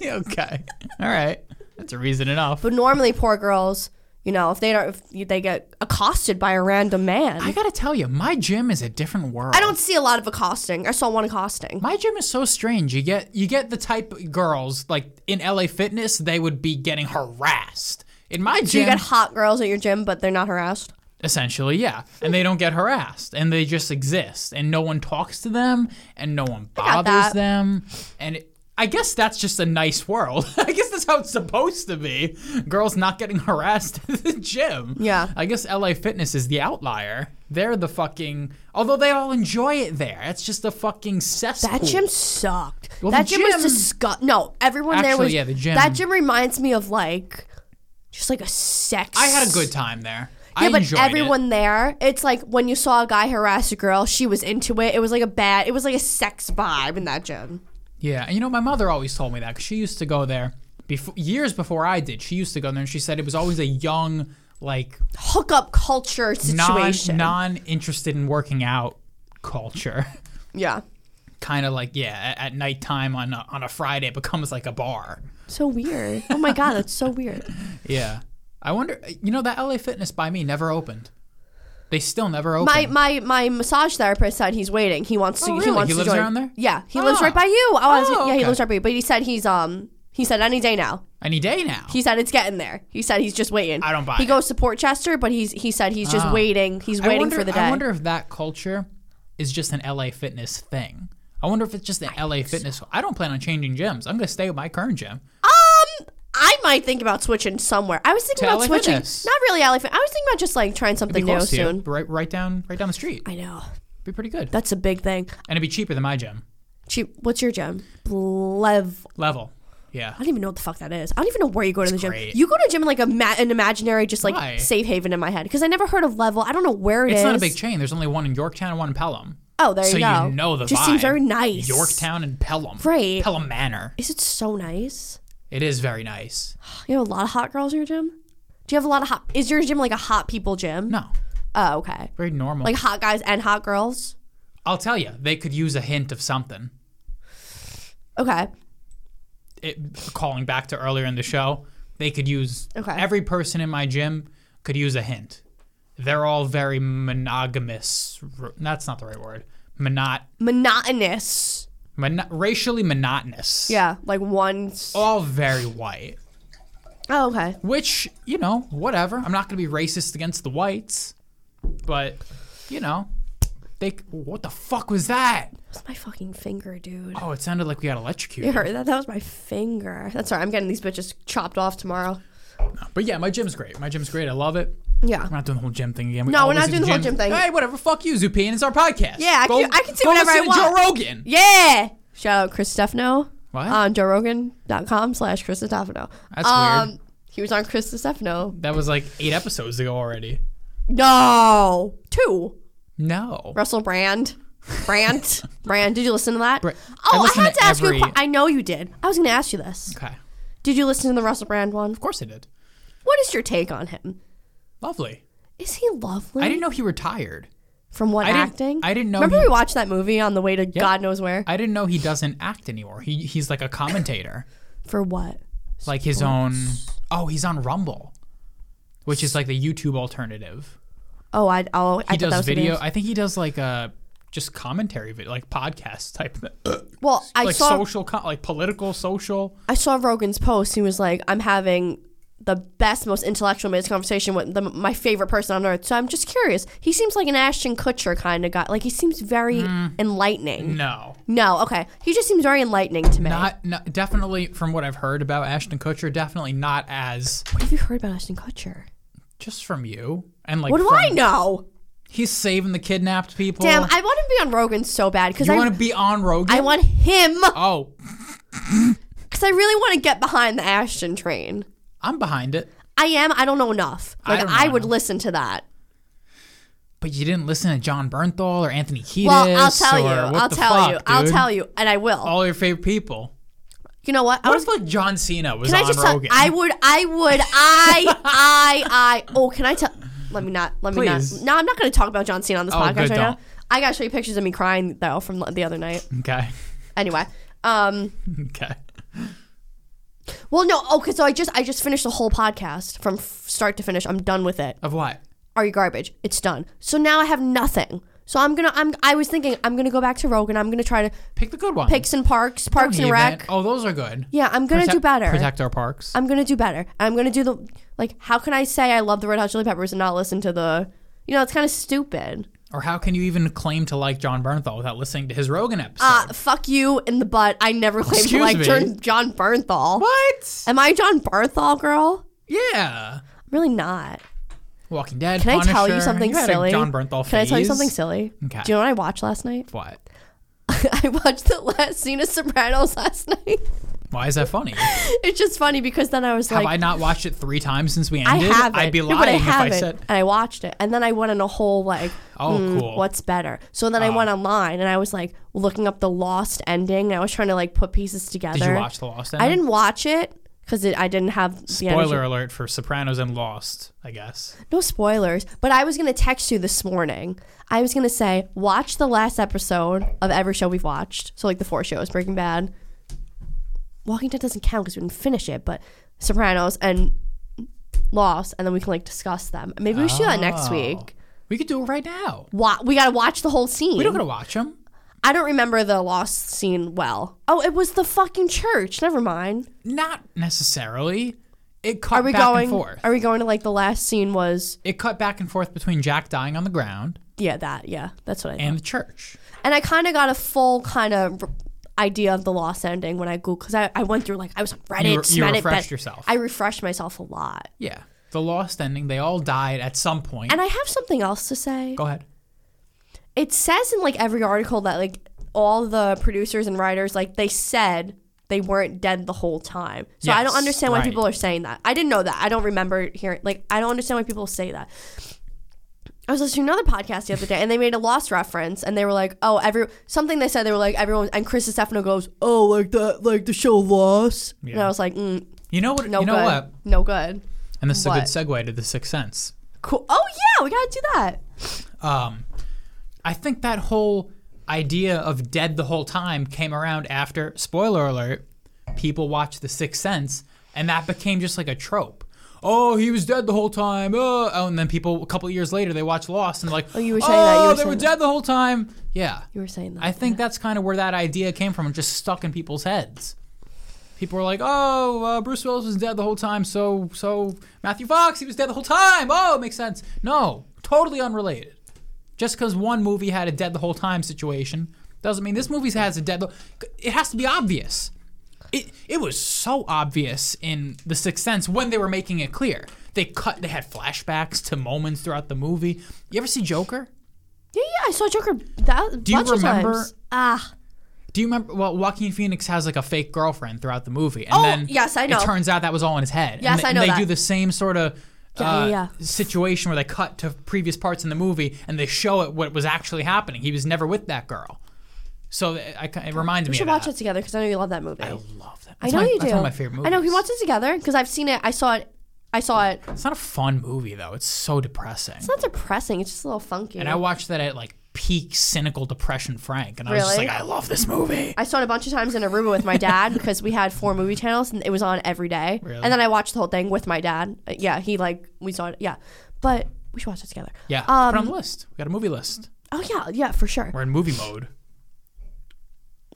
A: okay. All right, that's a reason enough.
B: but normally, poor girls, you know, if they don't, if you- they get accosted by a random man.
A: I
B: I,
A: gotta tell you, my gym is a different world.
B: don't see a lot of accosting. I saw one accosting.
A: My gym is so strange. You get you get the type of girls like in LA Fitness, they would be getting harassed. In my
B: So you
A: gym,
B: got hot girls at your gym, but they're not harassed.
A: essentially, yeah, and they don't get harassed, and they just exist, and no one talks to them, and no one
B: got
A: bothers
B: that.
A: them, and. It, I guess that's just a nice world. *laughs* I guess that's how it's supposed to be. Girls not getting harassed *laughs* at the gym.
B: Yeah.
A: I guess LA Fitness is the outlier. They're the fucking. Although they all enjoy it there. It's just a fucking cesspool.
B: That gym sucked.
A: Well,
B: that
A: the
B: gym, was
A: gym-
B: disgusting. No, everyone there
A: Actually,
B: was.
A: yeah, the gym.
B: That gym reminds me of like, just like a sex.
A: I had a good time there.
B: Yeah,
A: I
B: but
A: enjoyed
B: everyone there, it's like when you saw a guy harass a girl, she was into it. It was like a bad, it was like a sex vibe in that gym.
A: It. Yeah, and you know, my mother always told me that because she used to go there before years before I did. She used to go there, and she said it was always a young, like
B: Hookup
A: non
B: culture situation.
A: non interested in working out culture. *laughs*
B: yeah.
A: kind of like yeah, at, at nighttime on a, on a Friday, it becomes like a bar.
B: So weird. Oh my God, that's
A: *laughs*
B: so weird.
A: Yeah, I wonder. You know, that LA Fitness by me never opened. They still never opened.
B: My my my massage therapist said he's waiting. He wants to.
A: Oh,
B: He
A: really?
B: wants
A: He
B: to
A: lives
B: join.
A: around there?
B: Yeah, he lives
A: Ah.
B: right by you. Oh, I was-
A: Oh,
B: yeah, he
A: okay.
B: lives right by you. But he said he's um he said any day now.
A: Any day now.
B: He said it's getting there. He said he's just waiting.
A: I don't buy
B: He
A: it.
B: goes to Port Chester, but he's he said he's just
A: Ah.
B: waiting. He's
A: I
B: waiting
A: wonder,
B: for the day.
A: I wonder if that culture is just an LA fitness thing. I wonder if it's just an LA fitness. I don't plan on changing gyms. I'm going to stay with my current gym.
B: Um, I might think about switching somewhere. I was thinking
A: To
B: about
A: LA
B: switching.
A: Fitness.
B: Not really LA Fitness. I was thinking about just like trying
A: Be
B: something new
A: close to you.
B: soon.
A: Right, right down, right down the street.
B: I know
A: be pretty good,
B: that's a big thing.
A: and it'd be cheaper than my gym.
B: Cheap. What's your gym? Lev.
A: Level. Yeah.
B: I don't even know what the fuck that is. I don't even know where you go to the gym.
A: great.
B: You go to a gym in like a ma- an imaginary just like
A: Why?
B: safe haven in my head because I never heard of Level. I don't know where it
A: It's
B: is.
A: not a big chain. There's only one in Yorktown and one in Pelham.
B: Oh, there
A: so
B: you go.
A: you know the
B: Just
A: vibe.
B: seems very nice.
A: Yorktown and Pelham.
B: Right.
A: Pelham Manor.
B: Is it so nice?
A: It is very nice.
B: You have a lot of hot girls in your gym. Do you have a lot of hot? Is your gym like a hot people gym?
A: No,
B: Oh, okay.
A: very normal.
B: Like hot guys and hot girls.
A: I'll tell you, they could use a hint of something.
B: Okay.
A: it, calling back to earlier in the show, they could use
B: Okay.
A: every person in my gym could use a hint. They're all very monogamous. r- That's not the right word. Monot,
B: monotonous.
A: mono, racially monotonous.
B: Yeah, like one. s-
A: All very white.
B: Oh, okay.
A: Which you know, whatever. I'm not gonna be racist against the whites, but you know, they. c- What the fuck was that?
B: That's my fucking finger, dude.
A: Oh, it sounded like we got
B: You
A: electrocuted.
B: heard that? That was my finger. That's all right. I'm getting these bitches chopped off tomorrow.
A: But yeah, my gym's great. My gym's great. I love it.
B: Yeah.
A: We're not doing the whole gym thing again. We
B: No, we're
A: always
B: not
A: do
B: doing the whole gym thing.
A: Hey, whatever. Fuck you, Zupian. It's our podcast.
B: Yeah, I
A: Go-
B: can- I can say
A: go
B: whatever
A: listen
B: I
A: to
B: want.
A: Joe Rogan.
B: Yeah. Shout out Chris Stefano
A: What?
B: on joerogan.com slash Chris Stefano. Um,
A: That's weird.
B: He was on Chris Stefano.
A: That was like eight episodes ago already.
B: No. Two.
A: No.
B: Russell Brand.
A: *laughs*
B: Brand. Brand. Did you listen to that?
A: Bra- I
B: oh, I,
A: listen
B: had
A: to
B: to ask you.
A: every-
B: A que- I know you did. I was going to ask you this.
A: Okay. Of
B: Did you listen to the Russell Brand one?
A: course I did.
B: What is your take on him?
A: Lovely.
B: Is he lovely?
A: I didn't know he retired.
B: From what
A: I didn't-
B: acting?
A: I didn't know
B: Remember
A: he-
B: we watched that movie on the way to God knows where?
A: I didn't know he doesn't act anymore. He he's like a commentator,
B: For what?
A: like his own. Oh, he's on Rumble, which is like the YouTube alternative.
B: Oh, I oh I
A: He
B: thought that
A: does
B: was the
A: video.
B: name.
A: I think he does like a just commentary, vid- like podcast type, thing.
B: Well, I
A: like
B: saw
A: social, co- like political, social.
B: I saw Rogan's post. He was like, "I'm having the best, most intellectual minutes conversation with the, my favorite person on earth." So I'm just curious. He seems like an Ashton Kutcher kind of guy. Like he seems very
A: Mm.
B: enlightening.
A: No.
B: No, okay. He just seems very enlightening to me.
A: Not, not definitely from what I've heard about Ashton Kutcher. Definitely not as
B: what have you heard about Ashton Kutcher?
A: just from you and like.
B: What do
A: from-
B: I know?
A: He's saving the kidnapped people.
B: Damn, I want to be on Rogan so bad because
A: you
B: I
A: want to be on Rogan?
B: I want him.
A: oh,
B: Because I really want to get behind the Ashton train.
A: I'm behind it.
B: I am. I don't know enough.
A: I
B: Like
A: don't know
B: I, would
A: enough.
B: listen to that.
A: But you didn't listen to John Bernthal or Anthony Kiedis.
B: Well, I'll tell you.
A: or what
B: I'll
A: the
B: tell
A: fuck,
B: you. I'll
A: dude?
B: tell you, and I will.
A: All your favorite people.
B: you know what? I
A: What
B: was.
A: if like John Cena was
B: Can
A: on
B: I just tell?
A: Rogan?
B: I would. I would. I. I. I. Oh, can I tell? Let me not. Let me
A: Please.
B: not. No, I'm not going to talk about John Cena on this
A: Oh,
B: podcast
A: good,
B: right now.
A: don't.
B: I got to show you pictures of me crying though from the other night.
A: *laughs* okay. *laughs*
B: Anyway, um.
A: Okay.
B: Well, no. Okay, so I just I just finished the whole podcast from f- start to finish. I'm done with it.
A: Of what?
B: Are you garbage? It's done. So now I have nothing. So I'm gonna I'm I was thinking I'm gonna go back to Rogue and I'm gonna try to
A: Pick the good one.
B: Picks and Parks, Parks
A: Don't
B: and
A: even-
B: Rec.
A: Oh, those are good.
B: Yeah, I'm gonna do
A: Protect-
B: better.
A: Protect our parks.
B: I'm gonna do better. I'm gonna do the like. How can I say I love the Red Hot Chili Peppers and not listen to the? You know, it's kind of stupid.
A: or how can you even claim to like John Bernthal without listening to his Rogan episode?
B: Uh, fuck you in the butt. I never claimed
A: Excuse
B: to like
A: me?
B: John, John Bernthal.
A: what?
B: Am I John Bernthal girl?
A: Yeah.
B: I'm really not.
A: Walking Dead.
B: Can I tell you
A: Punisher.
B: something
A: had a
B: silly?
A: John Bernthal.
B: Can I tell you
A: phase.
B: something silly?
A: Okay.
B: Do you know what I watched last night? *laughs*
A: What?
B: I watched the last scene of Sopranos *laughs* last night.
A: Why is that
B: *laughs*
A: funny?
B: it's just funny because then I was
A: Have
B: like,
A: I not watched it three times since we
B: I
A: ended?
B: have it.
A: I'd be
B: No,
A: lying
B: but I
A: if
B: have
A: I
B: it.
A: said.
B: And I watched it, and then I went on a whole like,
A: Oh,
B: "Hmm,
A: cool. Oh.
B: what's better? So then I went online and I was like looking up the lost ending. And I was trying to like put pieces together.
A: Did you watch The Lost?
B: I
A: Ending?
B: didn't watch it because I didn't have the
A: Spoiler
B: energy.
A: alert for Sopranos and Lost, I
B: *laughs*
A: guess.
B: No spoilers. But I was gonna text you this morning. I was gonna say watch the last episode of every show we've watched. So like the four shows: Breaking Bad, Walking Dead doesn't count because we didn't finish it, but Sopranos and. Lost, and then we can like discuss them. Maybe we should do that next
A: Oh.
B: week.
A: We could do it right now.
B: wa- we gotta watch the whole scene.
A: We don't gotta watch them.
B: I don't remember the lost scene well. Oh, it was the fucking church. Never mind.
A: Not necessarily. It
B: Are
A: cut
B: we
A: back
B: going?
A: and forth.
B: Are we going to like the last scene was?
A: it cut back and forth between Jack dying on the ground
B: Yeah, that. Yeah, that's what I.
A: and the church.
B: And I kind of got a full kind of r- idea of the lost ending when I googled because I, I went through like I was on Reddit.
A: You re- you
B: Reddit,
A: refreshed
B: but
A: yourself.
B: I refreshed myself a lot,
A: Yeah. The Lost ending. They all died at some point.
B: and I have something else to say.
A: Go ahead.
B: It says in like every article that like all the producers and writers like they said they weren't dead the whole time. So I don't
A: Yes,
B: understand why
A: right.
B: people are saying that. I didn't know that. I don't remember hearing like I don't understand why people say that. I was listening to another podcast the other day and they made a lost reference and they were like, "Oh, every something they said they were like everyone and Chris Stefano goes, "Oh, like that like the show Lost." And I
A: Yeah.
B: was like, mm,
A: You know what?
B: "No
A: you know
B: good.
A: what?
B: No good."
A: And this is
B: What?
A: a good segue to the Sixth Sense.
B: Cool. Oh yeah, we got to do that.
A: Um, I think that whole idea of dead the whole time came around after. Spoiler alert: people watched The Sixth Sense, and that became just like a trope. Oh, he was dead the whole time. Oh, oh and then people a couple years later they watch Lost and like, oh,
B: you were saying that, you were
A: they
B: saying
A: were
B: that."
A: dead the whole time. Yeah,
B: You were saying that.
A: I think that's kind of where that idea came from. It just stuck in people's heads. People were like, "Oh, uh, Bruce Willis was dead the whole time, so so Matthew Fox he was dead the whole time." Oh, it makes sense. No, totally unrelated. Just because one movie had a dead the whole time situation doesn't mean this movie has a dead. The, it has to be obvious. It it was so obvious in The Sixth Sense when they were making it clear. They cut. They had flashbacks to moments throughout the movie. You ever see Joker?
B: yeah, yeah, I saw Joker that Do
A: you
B: bunch of
A: remember-
B: times. Ah,
A: Do you remember? Well, Joaquin Phoenix has like a fake girlfriend throughout the movie, and
B: Oh,
A: then
B: yes, I know.
A: It turns out that was all in his head.
B: Yes,
A: and they,
B: I know
A: They
B: that.
A: do the same sort of
B: Yeah,
A: uh,
B: yeah, yeah.
A: situation where they cut to previous parts in the movie and they show it what was actually happening. He was never with that girl, so it, I, it reminds
B: we
A: me.
B: should
A: of
B: watch
A: that.
B: it together because I know you love that movie.
A: I love that.
B: I
A: That's
B: know
A: my-
B: you do.
A: That's one of my favorite movies.
B: I know. Can we watch it together? Because I've seen it. I saw it. I saw it. It's
A: It's not a fun movie though. It's so depressing.
B: not depressing. It's just a little funky.
A: and I watched that at like peak cynical depression, Frank, and I was just
B: Really?
A: like, I love this movie.
B: I saw it a bunch of times in Aruba with my
A: *laughs*
B: dad because we had four movie channels and it was on every day.
A: Really?
B: And then I watched the whole thing with my dad. Uh, Yeah, he like we saw it. Yeah, but we should watch it together.
A: Yeah, put it on
B: Um.
A: the list. We got a movie list.
B: Oh yeah, yeah for sure.
A: We're in movie mode.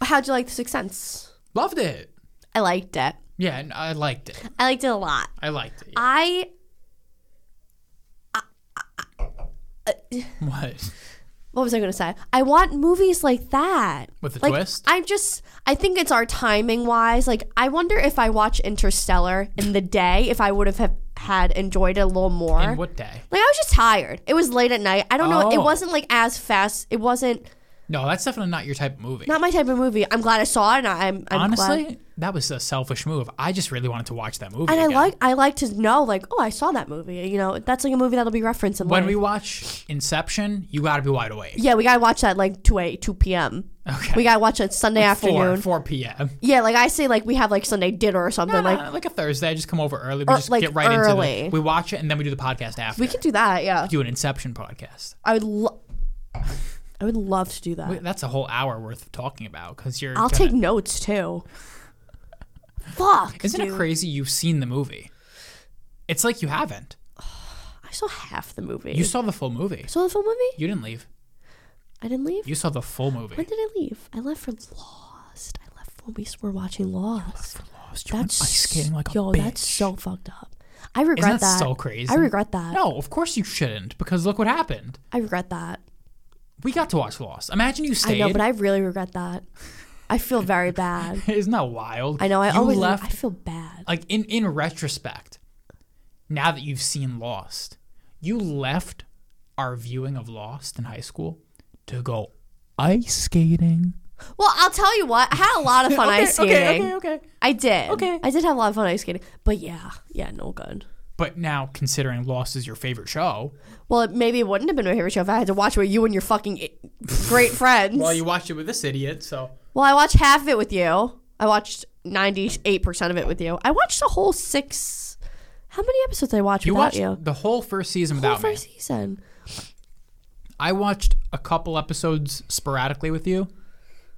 B: How'd you like The Sixth Sense?
A: Loved it.
B: I liked it.
A: Yeah, and I liked it.
B: I liked it a lot.
A: I liked it.
B: I
A: What?
B: what was I gonna say? I want movies like that.
A: With a
B: like
A: twist?
B: I'm just I think it's our timing wise. Like I wonder if I watch Interstellar in the day if I would have have had enjoyed it a little more.
A: In what day?
B: like I was just tired. It was late at night. I don't know. It
A: Oh.
B: wasn't like as fast. It wasn't
A: No, that's definitely not your type of movie.
B: not my type of movie. I'm glad I saw it. And I- I'm, I'm
A: Honestly,
B: glad.
A: that was a selfish move. I just really wanted to watch that movie.
B: and I
A: again.
B: like I like to know like oh I saw that movie. You know that's like a movie that'll be referenced in
A: when
B: life.
A: we watch Inception. You got to be wide awake.
B: yeah, we gotta watch that like two a two p.m.
A: Okay.
B: We gotta watch it Sunday
A: Four,
B: afternoon.
A: four p.m.
B: Yeah, like I say, like we have like Sunday dinner or something.
A: Nah,
B: like
A: nah, Uh, like a Thursday. I just come over early. We
B: Or,
A: just
B: like,
A: get right into
B: early.
A: the. We watch it and then we do the podcast after.
B: we could do that. Yeah,
A: do an Inception podcast.
B: I would. Lo- I would love to do that.
A: Wait, That's a whole hour worth of talking about because you're.
B: I'll
A: gonna-
B: take
A: *laughs*
B: notes too. Fuck,
A: Isn't
B: dude.
A: it crazy? You've seen the movie. It's like you haven't.
B: I saw half the movie.
A: You saw the full movie.
B: saw the full movie?
A: You didn't leave.
B: I didn't leave.
A: You saw the full
B: When
A: movie.
B: did I leave? I left for Lost. I left when we s- were watching Lost.
A: Lost. You went
B: That's
A: ice skating like a
B: yo.
A: bitch.
B: That's so fucked up. I regret
A: Isn't that so crazy?
B: I regret that.
A: No, of course you shouldn't, because look what happened.
B: I regret that.
A: We got to watch Lost. Imagine you stayed.
B: I know, but I really regret that. I feel very bad.
A: *laughs* Isn't that wild?
B: I know. I
A: you
B: always
A: left.
B: I feel bad.
A: like in in retrospect, now that you've seen Lost, you left our viewing of Lost in high school to go ice skating.
B: Well, I'll tell you what. I had a
A: *laughs*
B: lot of fun
A: Uh, okay,
B: ice skating.
A: Okay, okay, okay.
B: I did.
A: Okay.
B: I did have a lot of fun ice skating. But yeah, yeah, no good.
A: But now, considering Lost is your favorite show,
B: Well, it, maybe it wouldn't have been my favorite show if I had to watch with you and your fucking i-
A: *laughs*
B: great friends.
A: well, you watched it with this idiot, so
B: Well, I watched half of it with you. I watched 98% of it with you. I watched the whole six. How many episodes I watched
A: you
B: without
A: watched
B: you?
A: the whole first season
B: The whole
A: without me.
B: first season.
A: I watched a couple episodes sporadically with you,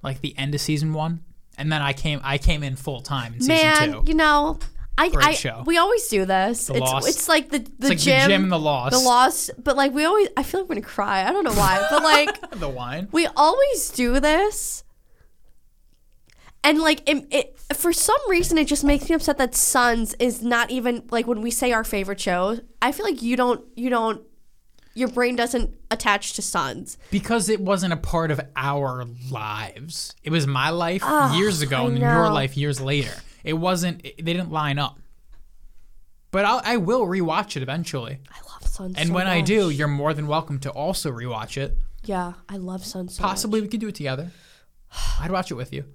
A: like the end of season one, and then I came I came in full time in season
B: Man,
A: two.
B: you know, I,
A: Great
B: I
A: show.
B: we always do this. it's
A: Lost.
B: it's like the the,
A: it's like
B: gym,
A: the gym and the Lost,
B: the lost, but like we always I feel like I'm gonna cry. I don't know why, but like
A: the wine.
B: we always do this and like it, it for some reason it just makes me upset that sons is not even like when we say our favorite shows i feel like you don't you don't your brain doesn't attach to sons
A: because it wasn't a part of our lives. It was my life years ago,
B: Ah, I
A: and then your
B: know.
A: life years later. It wasn't. It, they didn't line up. But I'll, I will rewatch it eventually,
B: i love sons
A: and
B: so
A: when I do,
B: much.
A: you're more than welcome to also rewatch it.
B: yeah i love sons so
A: Possibly we could do it together. I'd watch it with you.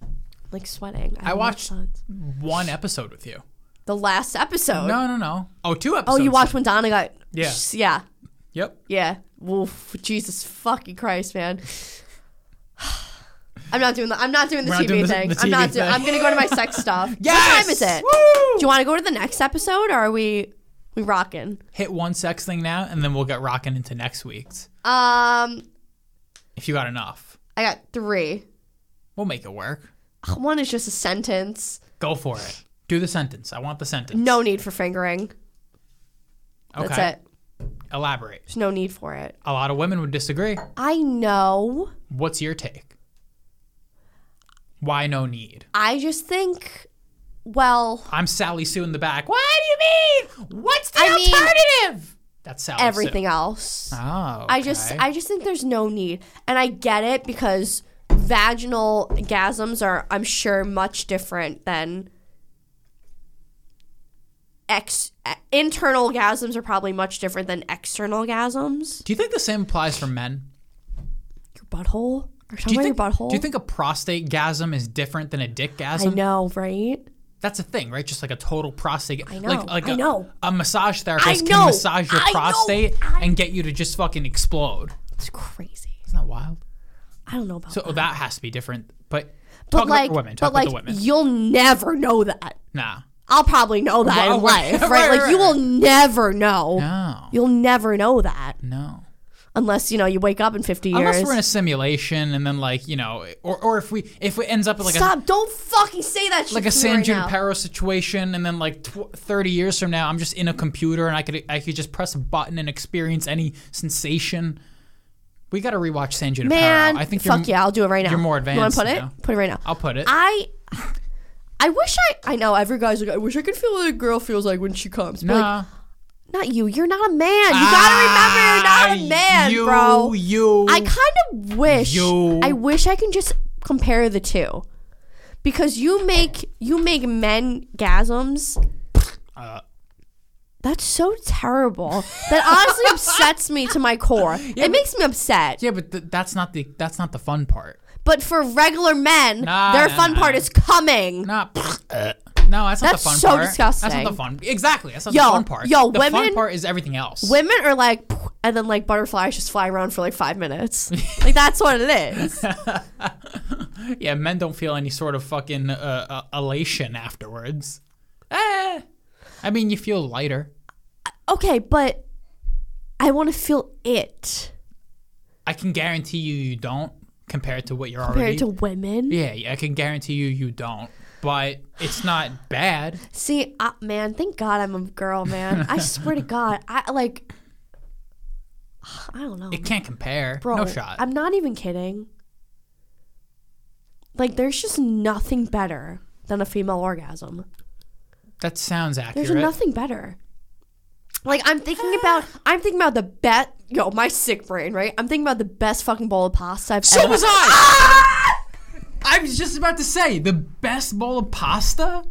B: much. like sweating i,
A: I
B: love
A: watched
B: sons
A: one episode with you.
B: the last episode
A: No, no, no. Oh, two
B: oh
A: episodes.
B: you watched when donna got
A: Yeah.
B: yeah
A: Yep.
B: yeah Oof, jesus fucking christ man I'm not doing the I'm not doing the
A: We're not
B: TV
A: doing the-
B: thing.
A: the
B: I'm not
A: TV
B: doing.
A: thing.
B: I'm gonna go to my
A: *laughs*
B: sex stuff.
A: Yes.
B: What time is it?
A: Woo!
B: Do you want to go to the next episode or are we we rocking?
A: Hit one sex thing now, and then we'll get rocking into next week's.
B: Um,
A: If you got enough,
B: I got three.
A: we'll make it work.
B: Ugh, One is just a sentence.
A: Go for it. Do the sentence. I want the sentence.
B: No need for fingering.
A: Okay.
B: Mm, That's it.
A: Elaborate.
B: There's no need for it.
A: A lot of women would disagree.
B: I know.
A: What's your take? Why no need?
B: I just think. Well,
A: I'm Sally Sue in the back. What do you mean? What's the
B: I mean-
A: alternative? That's Sally
B: everything else.
A: Sue. Oh.
B: I just
A: okay.
B: I just think there's no need. And I get it because vaginal gasms are I'm sure much different than ex e, internal gasms are probably much different than external gasms.
A: Do you think the same applies for men?
B: Your butthole? Are
A: Do
B: you talking
A: you
B: about
A: think
B: your butthole?
A: Do you think a prostate gasm is different than a dick
B: I
A: gasm?
B: know, right?
A: That's a thing, right? Just like a total prostate. I
B: know,
A: Like, like
B: I
A: a-
B: know.
A: A massage therapist
B: know,
A: can massage your
B: I know,
A: prostate
B: I-
A: and get you to just fucking explode.
B: It's crazy.
A: Isn't that wild?
B: I don't know about
A: So oh,
B: that.
A: that has to be different. But
B: But
A: talk
B: like
A: about the women.
B: but
A: Talk
B: like
A: about the women.
B: you'll never know that.
A: Nah.
B: I'll probably know that
A: Well, *laughs*
B: in
A: right,
B: life, right?
A: right,
B: Like
A: right,
B: you
A: right.
B: will never know.
A: No.
B: You'll never know that.
A: No.
B: unless you know you wake up in 50 years.
A: Unless we're in a simulation and then like, you know, or, or if we if it ends up like
B: Stop! don't fucking say
A: a
B: that. Shit
A: like a
B: to me
A: San
B: right now.
A: Junipero situation and then like tw- 30 years from now I'm just in a computer and I could I could just press a button and experience any sensation. We got to rewatch San Junipero.
B: Man,
A: I think
B: fuck
A: you're,
B: yeah, I'll do it right now.
A: you're more
B: You want
A: advanced
B: to put it?
A: now.
B: Put it right now.
A: I'll put it.
B: I, I wish I. I know every guy's like, I wish I could feel what a girl feels like when she comes. But like,
A: nah.
B: not you. You're not a man. You
A: Ah,
B: gotta remember, you're not a man,
A: you,
B: bro.
A: You
B: I kind of wish.
A: You.
B: I wish I can just compare the two, because you make you make men gasms.
A: Uh.
B: That's so terrible. That honestly
A: *laughs*
B: upsets me to my core. it makes me upset.
A: Yeah, but th- that's not the that's not the fun part.
B: But for regular men,
A: Nah,
B: their
A: nah,
B: fun
A: nah.
B: part is coming.
A: Nah, *sniffs* uh, no, that's not
B: That's
A: the fun
B: so
A: part. That's
B: disgusting.
A: not the fun. Exactly. That's not
B: Yo,
A: the fun part.
B: yo,
A: the
B: women-
A: fun part is everything else.
B: Women are like, *sniffs* "Pff," and then like butterflies just fly around for like
A: *laughs*
B: five minutes. like that's what it is.
A: yeah, men don't feel any sort of fucking uh, uh, elation afterwards. Eh. I mean, you feel lighter.
B: Okay, but I want to feel it
A: I can guarantee you, you don't compared to what you're already.
B: compared to women.
A: yeah, yeah, I can guarantee you, you don't. But it's not bad.
B: See, uh,
A: *laughs*
B: man, thank God I'm a girl, man. I swear to God, I like. I don't know.
A: It can't compare.
B: Bro,
A: no shot.
B: I'm not even kidding. Like, there's just nothing better than a female orgasm.
A: that sounds accurate.
B: There's nothing better. Like I'm thinking about,
A: *sighs*
B: I'm thinking about the bet. Yo, my sick brain, right? I'm thinking about the best fucking bowl of pasta I've
A: so
B: ever.
A: was I.
B: Ah!
A: I was just about to say the best bowl of pasta.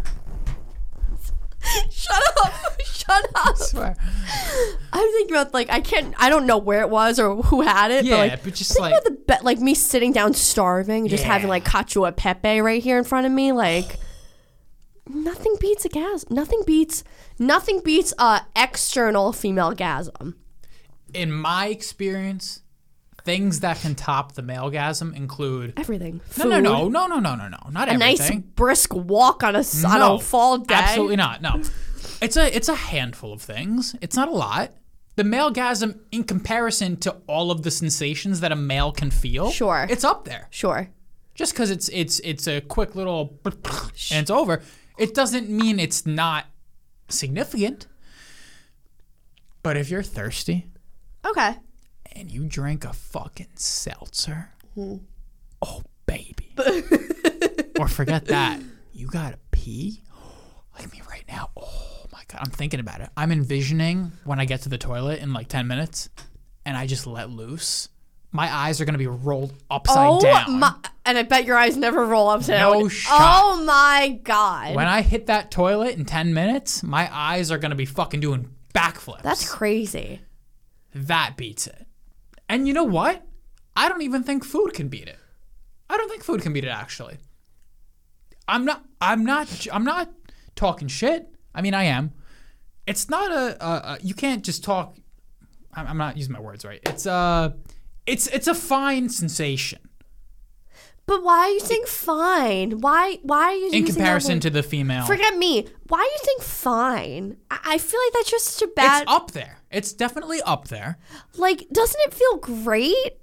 B: *laughs* Shut up! Shut up!
A: Swear.
B: I'm thinking about like I can't, I don't know where it was or who had it.
A: Yeah,
B: but, like,
A: but just
B: thinking
A: like-
B: about the bet, like me sitting down starving, just having
A: Yeah.
B: like cacio e pepe right here in front of me, like. Nothing beats a gas. Nothing beats. Nothing beats a external female gasm.
A: In my experience, things that can top the malegasm include
B: Everything. Food,
A: no, no, no, no, no, no, no, no, not
B: A nice
A: everything.
B: brisk walk on a s- on a fall day.
A: Absolutely not. No, it's a it's a handful of things. It's not a lot. The malegasm, in comparison to all of the sensations that a male can feel,
B: Sure.
A: it's up there.
B: Sure.
A: Just because it's it's it's a quick little and it's over, it doesn't mean it's not significant. But if you're thirsty
B: Okay.
A: and you drink a fucking seltzer,
B: Hmm.
A: oh
B: *laughs*
A: baby, or forget that you gotta pee. *gasps* Like me right now. Oh my god, I'm thinking about it. I'm envisioning when I get to the toilet in like ten minutes, and I just let loose. My eyes are gonna be rolled upside
B: oh
A: down.
B: my! And I bet your eyes never roll up down.
A: No shot.
B: Oh my god.
A: When I hit that toilet in 10 minutes, my eyes are going to be fucking doing backflips.
B: That's crazy.
A: that beats it. And you know what? I don't even think food can beat it. I don't think food can beat it actually. I'm not I'm not I'm not talking shit. I mean, I am. It's not a, a, a you can't just talk I'm I'm not using my words right. It's uh it's it's a fine sensation
B: But why are you saying fine? Why? Why are you?
A: in comparison to the female.
B: Forget me. Why are you saying fine? I, I feel like that's just such a
A: it's
B: bad.
A: up there. It's definitely up there.
B: like, doesn't it feel great?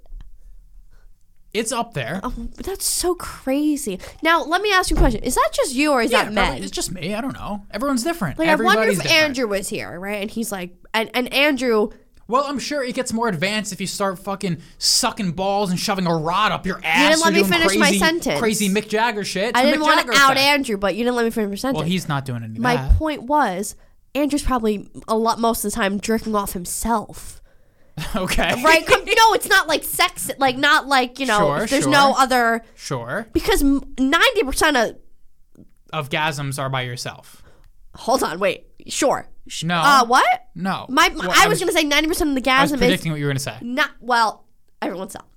A: It's up there.
B: Oh, that's so crazy. Now, let me ask you a question. Is that just you or is that
A: probably-
B: men?
A: It's just me. I don't know. Everyone's different.
B: like, I
A: Everybody's
B: wonder if
A: different.
B: Andrew was here, right? And he's like, and, and Andrew
A: Well, I'm sure it gets more advanced if you start fucking sucking balls and shoving a rod up your ass.
B: didn't
A: or
B: let me
A: doing
B: finish
A: crazy,
B: my sentence.
A: Crazy Mick Jagger shit. It's
B: I
A: the
B: didn't
A: Mick
B: want
A: Jagger
B: to out
A: effect.
B: Andrew, but you didn't let me finish my sentence.
A: Well, he's not doing any of
B: my
A: that. *laughs*
B: point was, Andrew's probably a lot most of the time jerking off himself.
A: okay.
B: Right? Com- no, it's not like sex. Like not like you know.
A: Sure,
B: there's
A: sure.
B: no other
A: Sure.
B: because ninety percent of
A: Of gasms are by yourself.
B: hold on, wait, sure, Sh-
A: No.
B: uh, what?
A: No.
B: My
A: Well,
B: I was gonna say ninety percent of the
A: I was
B: gasm is
A: predicting what you were gonna say.
B: not well. Everyone stop.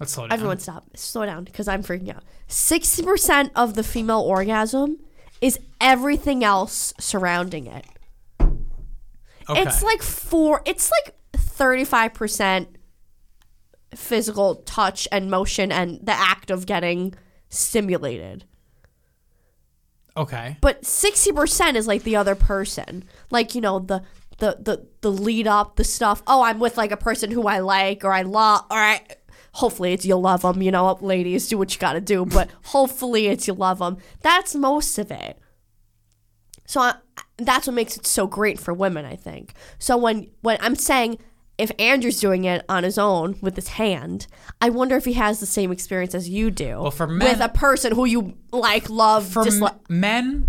A: Let's slow down.
B: Everyone stop. Slow down because I'm freaking out. Sixty percent of the female orgasm is everything else surrounding it.
A: Okay.
B: It's like four. It's like thirty-five percent physical touch and motion and the act of getting stimulated.
A: okay.
B: But sixty percent is like the other person, like you know the the the the lead up, the stuff. Oh, I'm with like a person who I like or I love, or I. Hopefully, it's you love them. You know, ladies, do what you gotta do.
A: *laughs*
B: But hopefully, it's you love them. That's most of it. So I, that's what makes it so great for women, I think. So when when I'm saying if Andrew's doing it on his own with his hand, I wonder if he has the same experience as you do
A: Well, for
B: with
A: men-
B: a person who you like, love,
A: For
B: dislike.
A: m- men,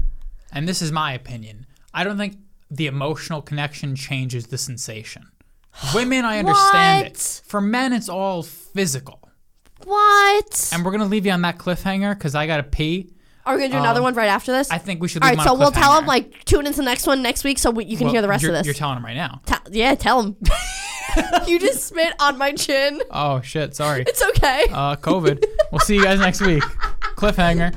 A: and this is my opinion, I don't think the emotional connection changes the sensation. Women, I understand
B: What?
A: it. For men, it's all physical.
B: What?
A: And we're gonna leave you on that cliffhanger because I gotta pee.
B: Are we gonna do another one right after this?
A: Um, I think we should.
B: All
A: Leave
B: right,
A: him on a
B: so we'll tell
A: cliffhanger.
B: him like tune into the next one next week, so we, you can
A: Well,
B: hear the rest
A: you're,
B: of this.
A: You're telling him right now.
B: Tell- yeah, tell him. *laughs* you just spit on my chin.
A: Oh shit! Sorry.
B: It's okay.
A: *laughs*
B: *laughs*
A: Uh, COVID. we'll see you guys next week. Cliffhanger.